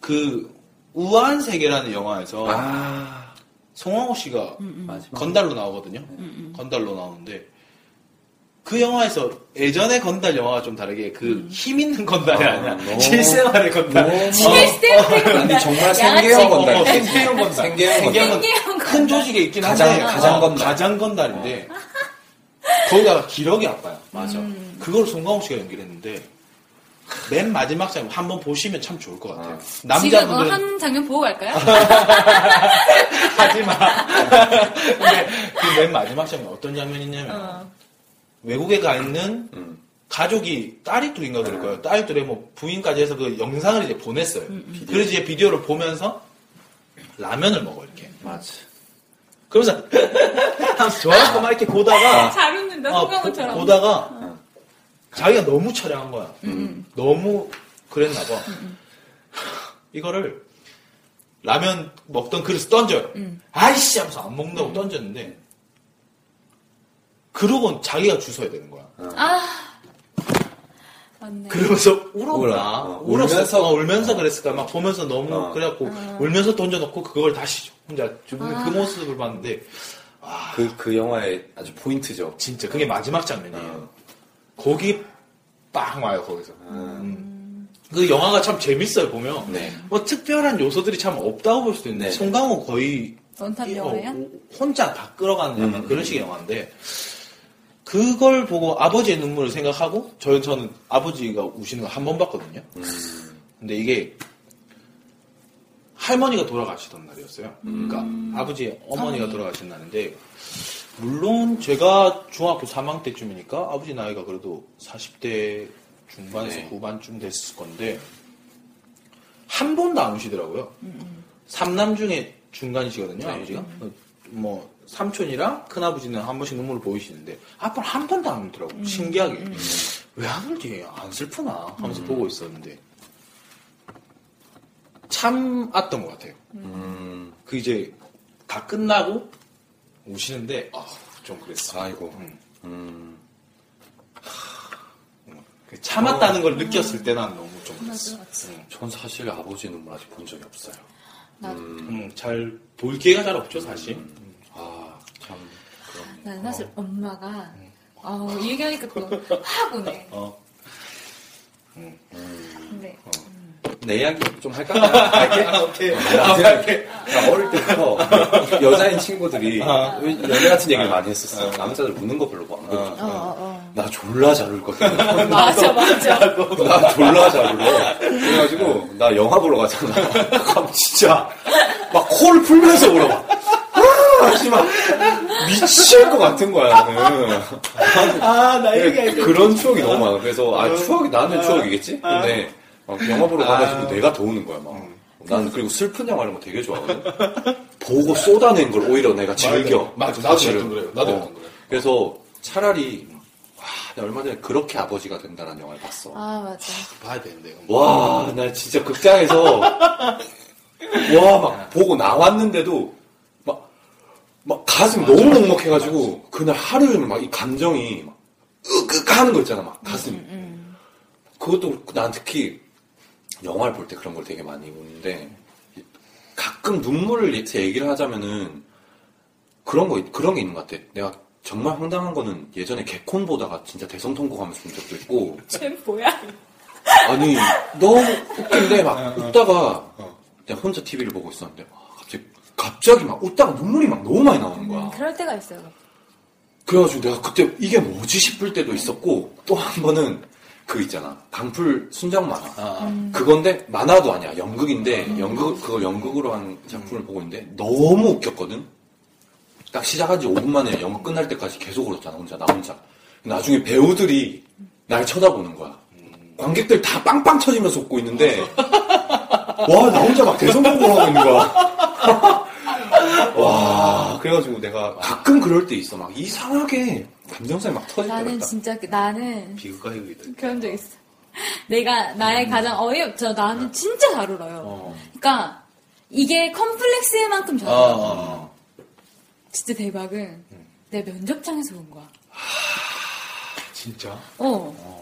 E: 그 우아한 세계라는 영화에서
D: 아
E: 송강호 씨가
D: 마지막
E: 건달로 나오거든요. 건달로 나오는데 그 영화에서 예전의 건달 영화와 좀 다르게 그 힘 있는 건달이
D: 아,
E: 아, 니야
D: 너무-
E: 실생활의 건달. 어, 그러니까
D: 아니 정말 생계형
C: 어,
D: 건달
E: 생계형 건달.
D: 생계형 건달
E: 생계형은 큰 조직에 있긴
D: 가장-
E: 한데
D: 가장
E: 어,
D: 건달. 어.
E: 가장 건달인데 거기다가 기력이 아파요. 맞아. 그걸 송강호 씨가 연기했는데 맨 마지막 장면 한번 보시면 참 좋을 것 같아요.
M: 지금 어,
E: 남자분들은
M: 한 장면 보고 갈까요?
E: 하지 마. 근데 그 맨 마지막 장면 어떤 장면이냐면 외국에 가 있는
D: 음.
E: 가족이 딸이 둘인가 그럴 거예요. 딸이 둘에 뭐 부인까지 해서 그 영상을 이제 보냈어요. 그래서 이제 비디오를 보면서 라면을 먹어 이렇게.
D: 맞아.
E: 그러면서 하면서 좋아하고 막 이렇게 보다가
M: 잘 웃는다,
E: 어,
M: 소강호처럼. 어.
E: 보, 다가 자기가 너무 처량한 거야.
M: 음,
E: 너무 그랬나 봐. 이거를 라면 먹던 그릇 던져요.
M: 음.
E: 아이씨 하면서 안 먹는다고 던졌는데 그러곤 자기가 주워야 되는 거야.
M: 맞네.
E: 그러면서 울었나?
D: 울어. 어,
E: 울었어.
D: 울면서.
E: 어, 울면서 그랬을까? 막 보면서 너무
D: 어.
E: 그래갖고 울면서 던져놓고 그걸 다시 혼자 주는
M: 아.
E: 그 모습을 봤는데
D: 그, 그 영화의 아주 포인트죠.
E: 진짜 그게 마지막
D: 어.
E: 장면이에요. 거기 빵 와요 거기서. 음. 그 영화가 참 재밌어요 보면.
D: 네.
E: 뭐 특별한 요소들이 참 없다고 볼 수도 있는데
D: 네.
E: 송강호 거의
M: 원탑
E: 이- 어,
M: 영화야?
E: 혼자 다 끌어가는 약간 그런 식의 영화인데 그걸 보고 아버지의 눈물을 생각하고 저는 저는 아버지가 우시는 걸 한 번 봤거든요. 근데 이게 할머니가 돌아가시던 날이었어요. 그러니까 아버지 어머니가 돌아가신 날인데 물론 제가 중학교 3학년 때쯤이니까 아버지 나이가 그래도 40대 중반에서 후반쯤 됐을 건데 한 번도 안 오시더라고요. 삼남 중에 중간이시거든요, 아버지가. 뭐 삼촌이랑 큰아버지는 한 번씩 눈물을 보이시는데 아빠는 한 번도 안 울더라고. 요 신기하게. 왜 안 울지? 안 슬프나 하면서 보고 있었는데 참았던 것 같아요.
D: 음,
E: 그 이제 다 끝나고 오시는데 아, 좀 그랬어.
D: 아이고.
E: 음.
D: 음.
E: 그 참았다는 걸 느꼈을 때 난 너무 좀 그랬어. 음.
D: 전 사실 아버지 눈물 아직 본 적이 없어요.
E: 음, 잘볼 기회가 잘 없죠 사실.
D: 아, 참. 그런.
C: 네.
M: 난 사실 엄마가
C: 어,
M: 아우 이 얘기하니까 또 확 오네.
E: 어.
C: 네.
M: 근데
D: 내 이야기 좀 아, 네. 할까? 할게?
E: 오케이.
D: 나 생각해. 나 그러니까 어릴 때부터 여자인 친구들이 연애 같은 얘기를 많이 했었어. 남자들 우는 거 별로 뭐 안 보고
M: 어, 어.
D: 나 졸라 잘 울거든.
M: 맞아 맞아.
D: 나 졸라 잘 울어. 그래가지고 나 영화 보러 가잖아. 그럼 진짜 막 코를 풀면서 울어. 막. 아, 씨, 막 미칠 것 같은 거야 나는.
E: 아나
D: 예, 그런 추억이 너무 많아. 그래서 아 추억이 나는 추억이겠지. 근데 막 영화 보러 가가지고
E: 아.
D: 내가 더 우는 거야 막. 난 그리고 슬픈 영화 이런 거 되게 좋아하거든. 보고 쏟아낸 걸 오히려 내가 즐겨.
E: 맞아, 나도
D: 사실은.
E: 약간 그래요. 나도
D: 어.
E: 약간 그래요.
D: 그래서 차라리 와, 나 얼마 전에 그렇게 아버지가 된다는 영화를 봤어.
M: 아 맞아.
E: 봐야 되는데. 뭐.
D: 와, 나 진짜 극장에서 와, 막 보고 나왔는데도 막, 막 가슴이 너무 먹먹해가지고 그날 하루 종일 막 이 감정이 막 으윽 하는 거 있잖아, 막 가슴이. 그것도 난 특히 영화를 볼 때 그런 걸 되게 많이 보는데 가끔 눈물을 이제 얘기를 하자면은 그런 거 그런 게 있는 것 같아. 내가 정말 황당한 거는 예전에 개콘 보다가 진짜 대성통곡하면서 본 적도 있고
M: 쟤 뭐야?
D: 아니 너무 웃긴데 막 웃다가 내가 혼자 TV를 보고 있었는데 와, 갑자기 갑자기 막 웃다가 눈물이 막 너무 많이 나오는 거야.
M: 그럴 때가 있어요.
D: 그래가지고 내가 그때 이게 뭐지 싶을 때도 있었고 또 한 번은 그 있잖아 강풀 순정 만화 그건데 만화도 아니야 연극인데 연극 그걸 연극으로 한 작품을 보고 있는데 너무 웃겼거든. 딱 시작한 지 5분 만에 연극 끝날 때까지 계속 울었잖아 혼자 나 혼자. 나중에 배우들이 날 쳐다보는 거야.
N: 관객들 다 빵빵 쳐지면서 웃고 있는데 와, 나 혼자 막 대성공을 하고 있는 거야. 와, 그래가지고 내가 가끔 그럴 때 있어. 막 이상하게 감정선이 막 터질 때가
C: 나는
N: 있다.
C: 진짜 그- 나는
N: 비극과 희극이다.
C: 그런 적 있어. 내가 나의 가장 어이없죠. 나는 진짜 잘 울어요. 그러니까 이게 컴플렉스만큼 잘
N: 아,
C: 울어요.
E: 음.
N: 아,
C: 진짜 대박은 내 면접장에서 온 거야.
N: 아. 진짜?
C: 어.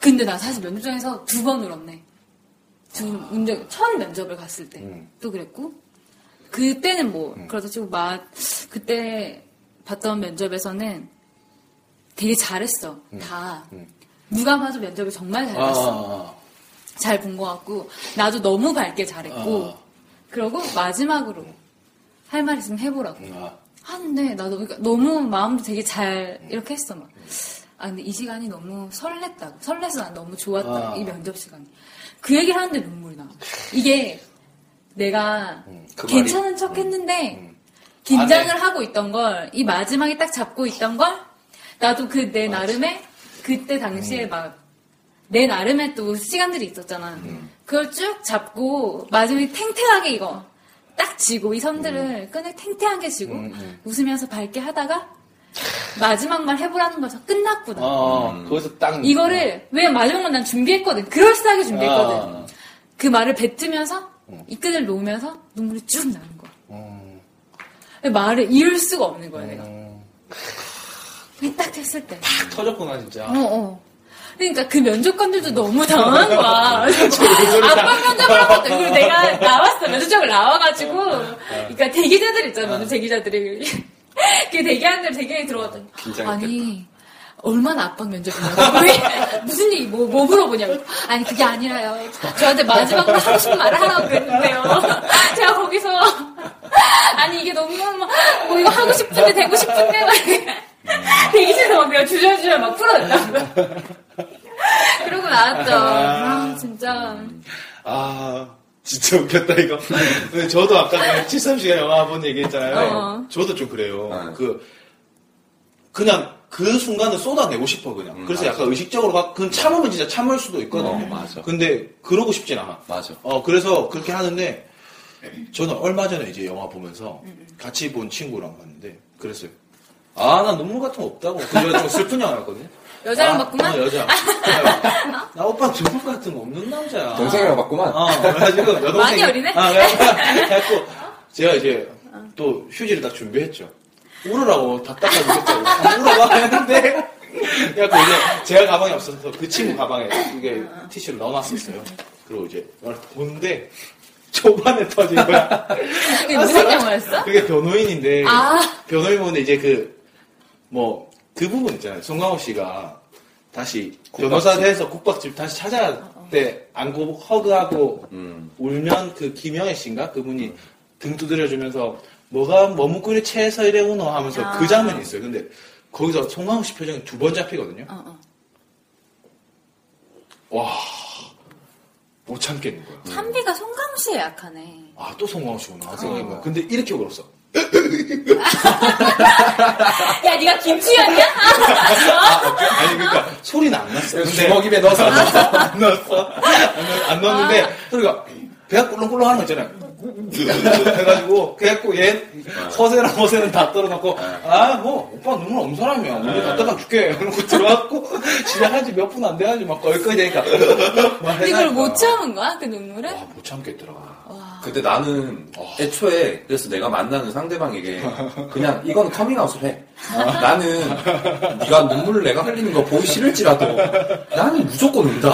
C: 근데 나 사실 면접장에서 두 번 울었네. 두 운전 처음 면접을 갔을 때 또 그랬고 그때는 뭐 그러다 치고 막 그때 봤던 면접에서는 되게 잘했어 다 누가 봐도 면접을 정말
E: 아, 아,
C: 잘했어
E: 아.
C: 잘 본 것 같고 나도 너무 밝게 잘했고
E: 아.
C: 그러고 마지막으로 할 말 있으면 해보라고
E: 아.
C: 하는데 나도 그러니까 너무 마음도 되게 잘 이렇게 했어 막. 아 근데 이 시간이 너무 설렜다고 설레서 난 너무 좋았다
E: 아.
C: 이 면접 시간이 그 얘기를 하는데 눈물이 나 이게 내가
E: 그 말이- 음. 아,
C: 괜찮은 척 했는데 긴장을
E: 네.
C: 하고 있던 걸 이 마지막에 딱 잡고 있던 걸 나도 그 내 나름의 그때
E: 음.
C: 당시에 막 내 나름의 또 시간들이 있었잖아 그걸 쭉 잡고 마지막에 탱탱하게 이거 딱 지고 이 선들을 끈을 탱탱하게 지고 웃으면서 밝게 하다가 마지막 말 해보라는 거죠 끝났구나
E: 어,
O: 음.
E: 거기서 딱
C: 이거를 왜 마지막만 난 준비했거든. 그럴싸하게 준비했거든.
E: 아.
C: 그 말을 뱉으면서 이 끈을 놓으면서 눈물이 쭉 나는 거야. 말을 이을 수가 없는 거야 내가. 이게 딱 됐을 때.
E: 터졌구나 진짜.
C: 어, 어. 그러니까 그 면접관들도 너무 당황한 거야. 아빠 면접을 하거든. 그리고 내가 나왔어. 면접장을 나와가지고.
E: 어,
C: 그러니까 대기자들 있잖아. 면접 대기자들이. 그 대기하는데 대기에 들어갔더니. 아니. 얼마나 압박 면접이냐고. 왜? 무슨 얘기, 뭐, 뭐 물어보냐고. 아니, 그게 아니라요. 저한테 마지막으로 하고 싶은 말을 하라고 그랬는데요. 제가 거기서. 아니, 이게 너무, 막, 뭐, 이거 하고 싶은데, 되고 싶은데, 막. 음. 대기실에서 막 내가 주저주저 막 풀어냈다. 그러고 나왔죠. 아, 진짜.
E: 아, 진짜 웃겼다, 이거. 근데 저도 아까 그 73시간 영화 본 얘기 했잖아요.
C: 어.
E: 저도 좀 그래요.
O: 네.
E: 그, 그냥 그 순간을 쏟아내고 싶어, 그냥. 그래서 약간 의식적으로 막, 그건 참으면 진짜 참을 수도 있거든요.
O: 음, 어, 맞아.
E: 근데 그러고 싶진 않아.
O: 맞아.
E: 어, 그래서 그렇게 하는데, 저는 얼마 전에 이제 영화 보면서 같이 본 친구랑 봤는데, 그랬어요. 아, 나 눈물 같은 거 없다고. 그 여자 좀 슬픈 영화였거든요.
C: 여자랑
E: 아,
C: 봤구만?
E: 어, 여자. 나, 오빠 눈물 같은 거 없는 남자야.
D: 동생이랑 봤구만.
E: 어, 그래가지고 여동생이
C: 많이 어리네? 어.
E: 아, 그래갖고 제가 이제 또 휴지를 다 준비했죠. 울으라고 다 닦아주겠다고 다 울어봐 했는데 그래갖고 이제 제가 가방이 없어서 그 친구 가방에 이게
C: 어.
E: 티슈를 넣어놨었어요. 그리고 이제 이걸 보는데 초반에 터진 거야.
C: 그게 무슨 영화였어?
E: 그게 변호인인데
C: 아.
E: 변호인 보는데 이제 그 뭐 그 부분 있잖아요. 송강호 씨가 다시 변호사 돼서 국밥집 다시 찾아갈
C: 어.
E: 때 안고 허그하고 울면 그 김영애 씨인가 그분이 등 두드려주면서 뭐가 머뭇거리 채에서 이래 오노 하면서
C: 아.
E: 그 장면이 있어요. 근데 거기서 송강호 씨 표정이 두 번 잡히거든요.
C: 어, 어.
E: 못 참겠는 거야.
C: 참비가 송강호 씨에 약하네.
E: 아 또 송강호 씨구나 생각해봐. 근데 이렇게 울었어.
C: 야, 네가 김치현이야?
E: 아니 그러니까 소리는 안 났어. 근데
D: 주먹입에 넣어서
E: 안 넣었어. 안, 넣- 안 넣었는데
C: 아.
E: 소리가 배가 꿀렁꿀렁 하는 거 있잖아요. 해가지고 그래갖고 얘 허세랑 허세는 다 떨어놓고 아 뭐 오빠 눈물 없는 사람이야.
D: 네.
E: 우리 갖다 가 줄게. 이러고 들어갔고 시작한 지 몇 분 안 돼가지고 막 걸거리니까 아,
C: 이걸 못 참은 거야? 그 눈물을?
E: 못 참겠더라.
D: 근데 나는 애초에 그래서 내가 만나는 상대방에게 그냥 이건 커밍아웃을 해. 나는 네가 눈물을 내가 흘리는 거 보기 싫을지라도 나는 무조건 운다.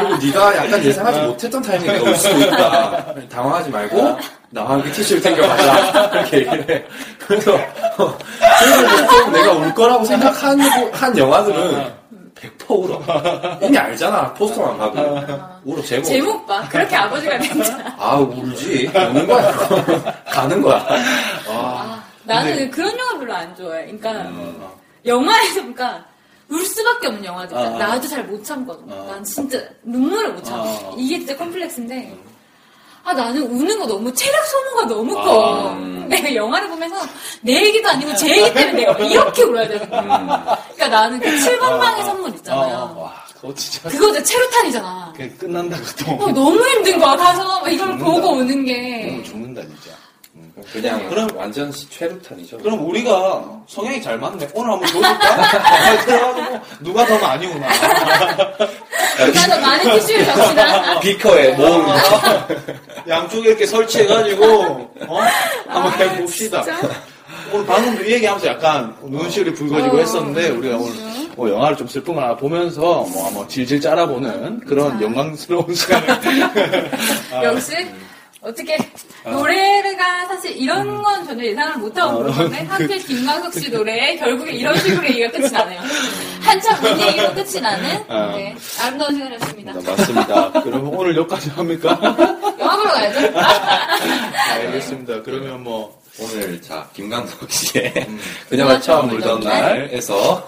D: 그리고 네가 약간 예상하지 못했던 타이밍에 내가 올 수도 있다. 당황하지 말고 나와 함께 티슈를 챙겨가자. 그렇게 얘기를 해. 그래서 어, 그래서 좀 내가 울 거라고 생각한 한 영화들은 100% 울어. 이미 알잖아. 포스터만 봐도. 울어 제목.
C: 제목 봐. 그렇게 아버지가 된다.
D: 아 울지 우는 거야 가는 거야
C: 아, 나는 그런 영화 별로 안 좋아해. 그러니까, 영화에서, 그러니까, 울 수밖에 없는 영화들.
E: 아, 아.
C: 나도 잘 못 참거든. 난 진짜 눈물을 못 아. 참아.
E: 아.
C: 이게 진짜 컴플렉스인데, 아, 나는 우는 거 너무, 체력 소모가 너무 커. 내가 영화를 보면서 내 얘기도 아니고 제 얘기 때문에 내가 이렇게 울어야 되는 거야. 그러니까 나는 그 7번 방의 선물 음. 아, 있잖아요.
E: 와, 어, 진짜.
C: 그거 이제 체류탄이잖아.
E: 그냥 끝난다고
C: 어,
E: 또.
C: 너무 힘든 거야. 가서 막 이걸
E: 죽는다.
C: 보고 오는 게.
E: 너무 죽는다, 진짜.
D: 그냥
E: 그럼-
D: 완전 시- 최루탄이죠.
E: 그럼 우리가 성향이 잘 맞네. 오늘 한번 보여줄까? 아, 그래가지고 누가 더 많이 구나
C: 누가 더 많은 티슈를 잡시다.
D: 아,
E: 아.
D: 비커에 모음.
E: 양쪽에 이렇게 설치해가지고 어? 한번 해봅시다. 오늘 방금 이 얘기하면서 약간 눈시울이 붉어지고
C: 어.
E: 했었는데 우리가 오늘 뭐 영화를 좀 슬픈 걸 하나 보면서 뭐 한번 질질 짜라보는 그런 영광스러운 시간을
D: 아,
C: 역시
D: 네.
C: 어떻게 노래가 사실
D: 음.
C: 이런 건 전혀 예상을 못하고
D: 아,
C: 그러는데 하필 김광석 씨
D: 그
C: 노래에 결국에 이런 식으로 얘기가 끝이 나네요. 한참 문 얘기로 끝이 나는
E: 아.
C: 네, 아름다운 시간이었습니다.
E: 맞습니다. 그럼 오늘 여기까지 합니까?
C: 영화 보러 가야죠.
E: 알겠습니다. 그러면 뭐
D: 오늘 자 김광석 씨의
E: 음.
D: 그녀가 처음 울던 날에서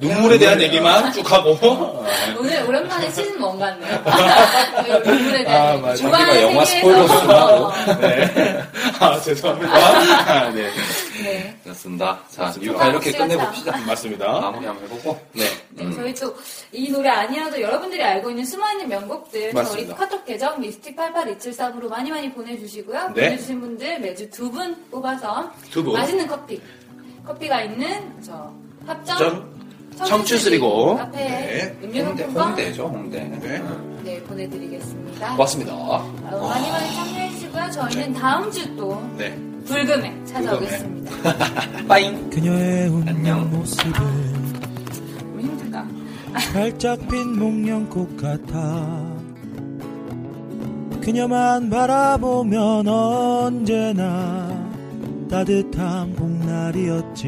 E: 눈물에 대한 얘기만 쭉 하고
C: 오늘 오랜만에 시즌 1 같네요. 저희 눈물에
E: 아,
C: 대한
E: 맞아요.
C: 주말
D: 자기가 영화 스포일러 좀
C: 생에서
E: 네. 아 죄송합니다. 아, 네.
C: 네.
D: 그렇습니다. 자 육화 이렇게 끝내봅시다.
E: 맞습니다.
D: 마무리 한번 해보고
E: 네.
C: 네, 저희 또 이 노래 아니라도 여러분들이 알고 있는 수많은 명곡들
E: 맞습니다.
C: 저희 카톡 계정 미스틱 88273으로 많이 많이
E: 네.
C: 보내주시고요. 보내주신 분들 매주 두 분 뽑아서
E: 두 분.
C: 맛있는 커피 커피가 있는 저 합정
E: 점 청취수리고.
C: 카페
E: 네.
C: 음료
D: 홍대
C: 상품권
D: 홍대죠 홍대. 음.
E: 네.
C: 네, 보내드리겠습니다.
E: 고맙습니다.
C: 어, 많이 많이 참여해주시고요. 저희는 다음 주 또
E: 네.
C: 불금에 찾아오겠습니다.
J: 그녀의 웃는
D: 안녕.
J: 모습은
C: 우리 힘들다.
J: 활짝 핀 목련꽃 같아 그녀만 바라보면 언제나 따뜻한 봄날이었지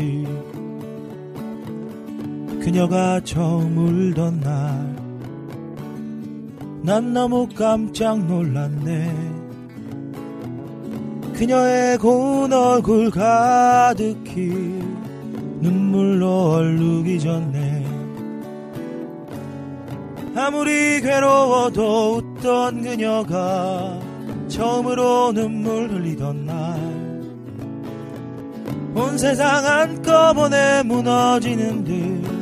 J: 그녀가 처음 울던 날 난 너무 깜짝 놀랐네 그녀의 고운 얼굴 가득히 눈물로 얼룩이 졌네 아무리 괴로워도 웃던 그녀가 처음으로 눈물 흘리던 날 온 세상 한꺼번에 무너지는 듯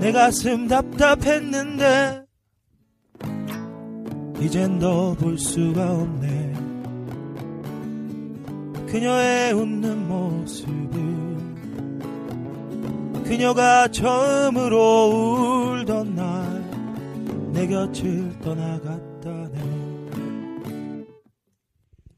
J: 내 가슴 답답했는데 이젠 더 볼 수가 없네 그녀의 웃는 모습을 그녀가 처음으로 울던 날 내 곁을 떠나갔다네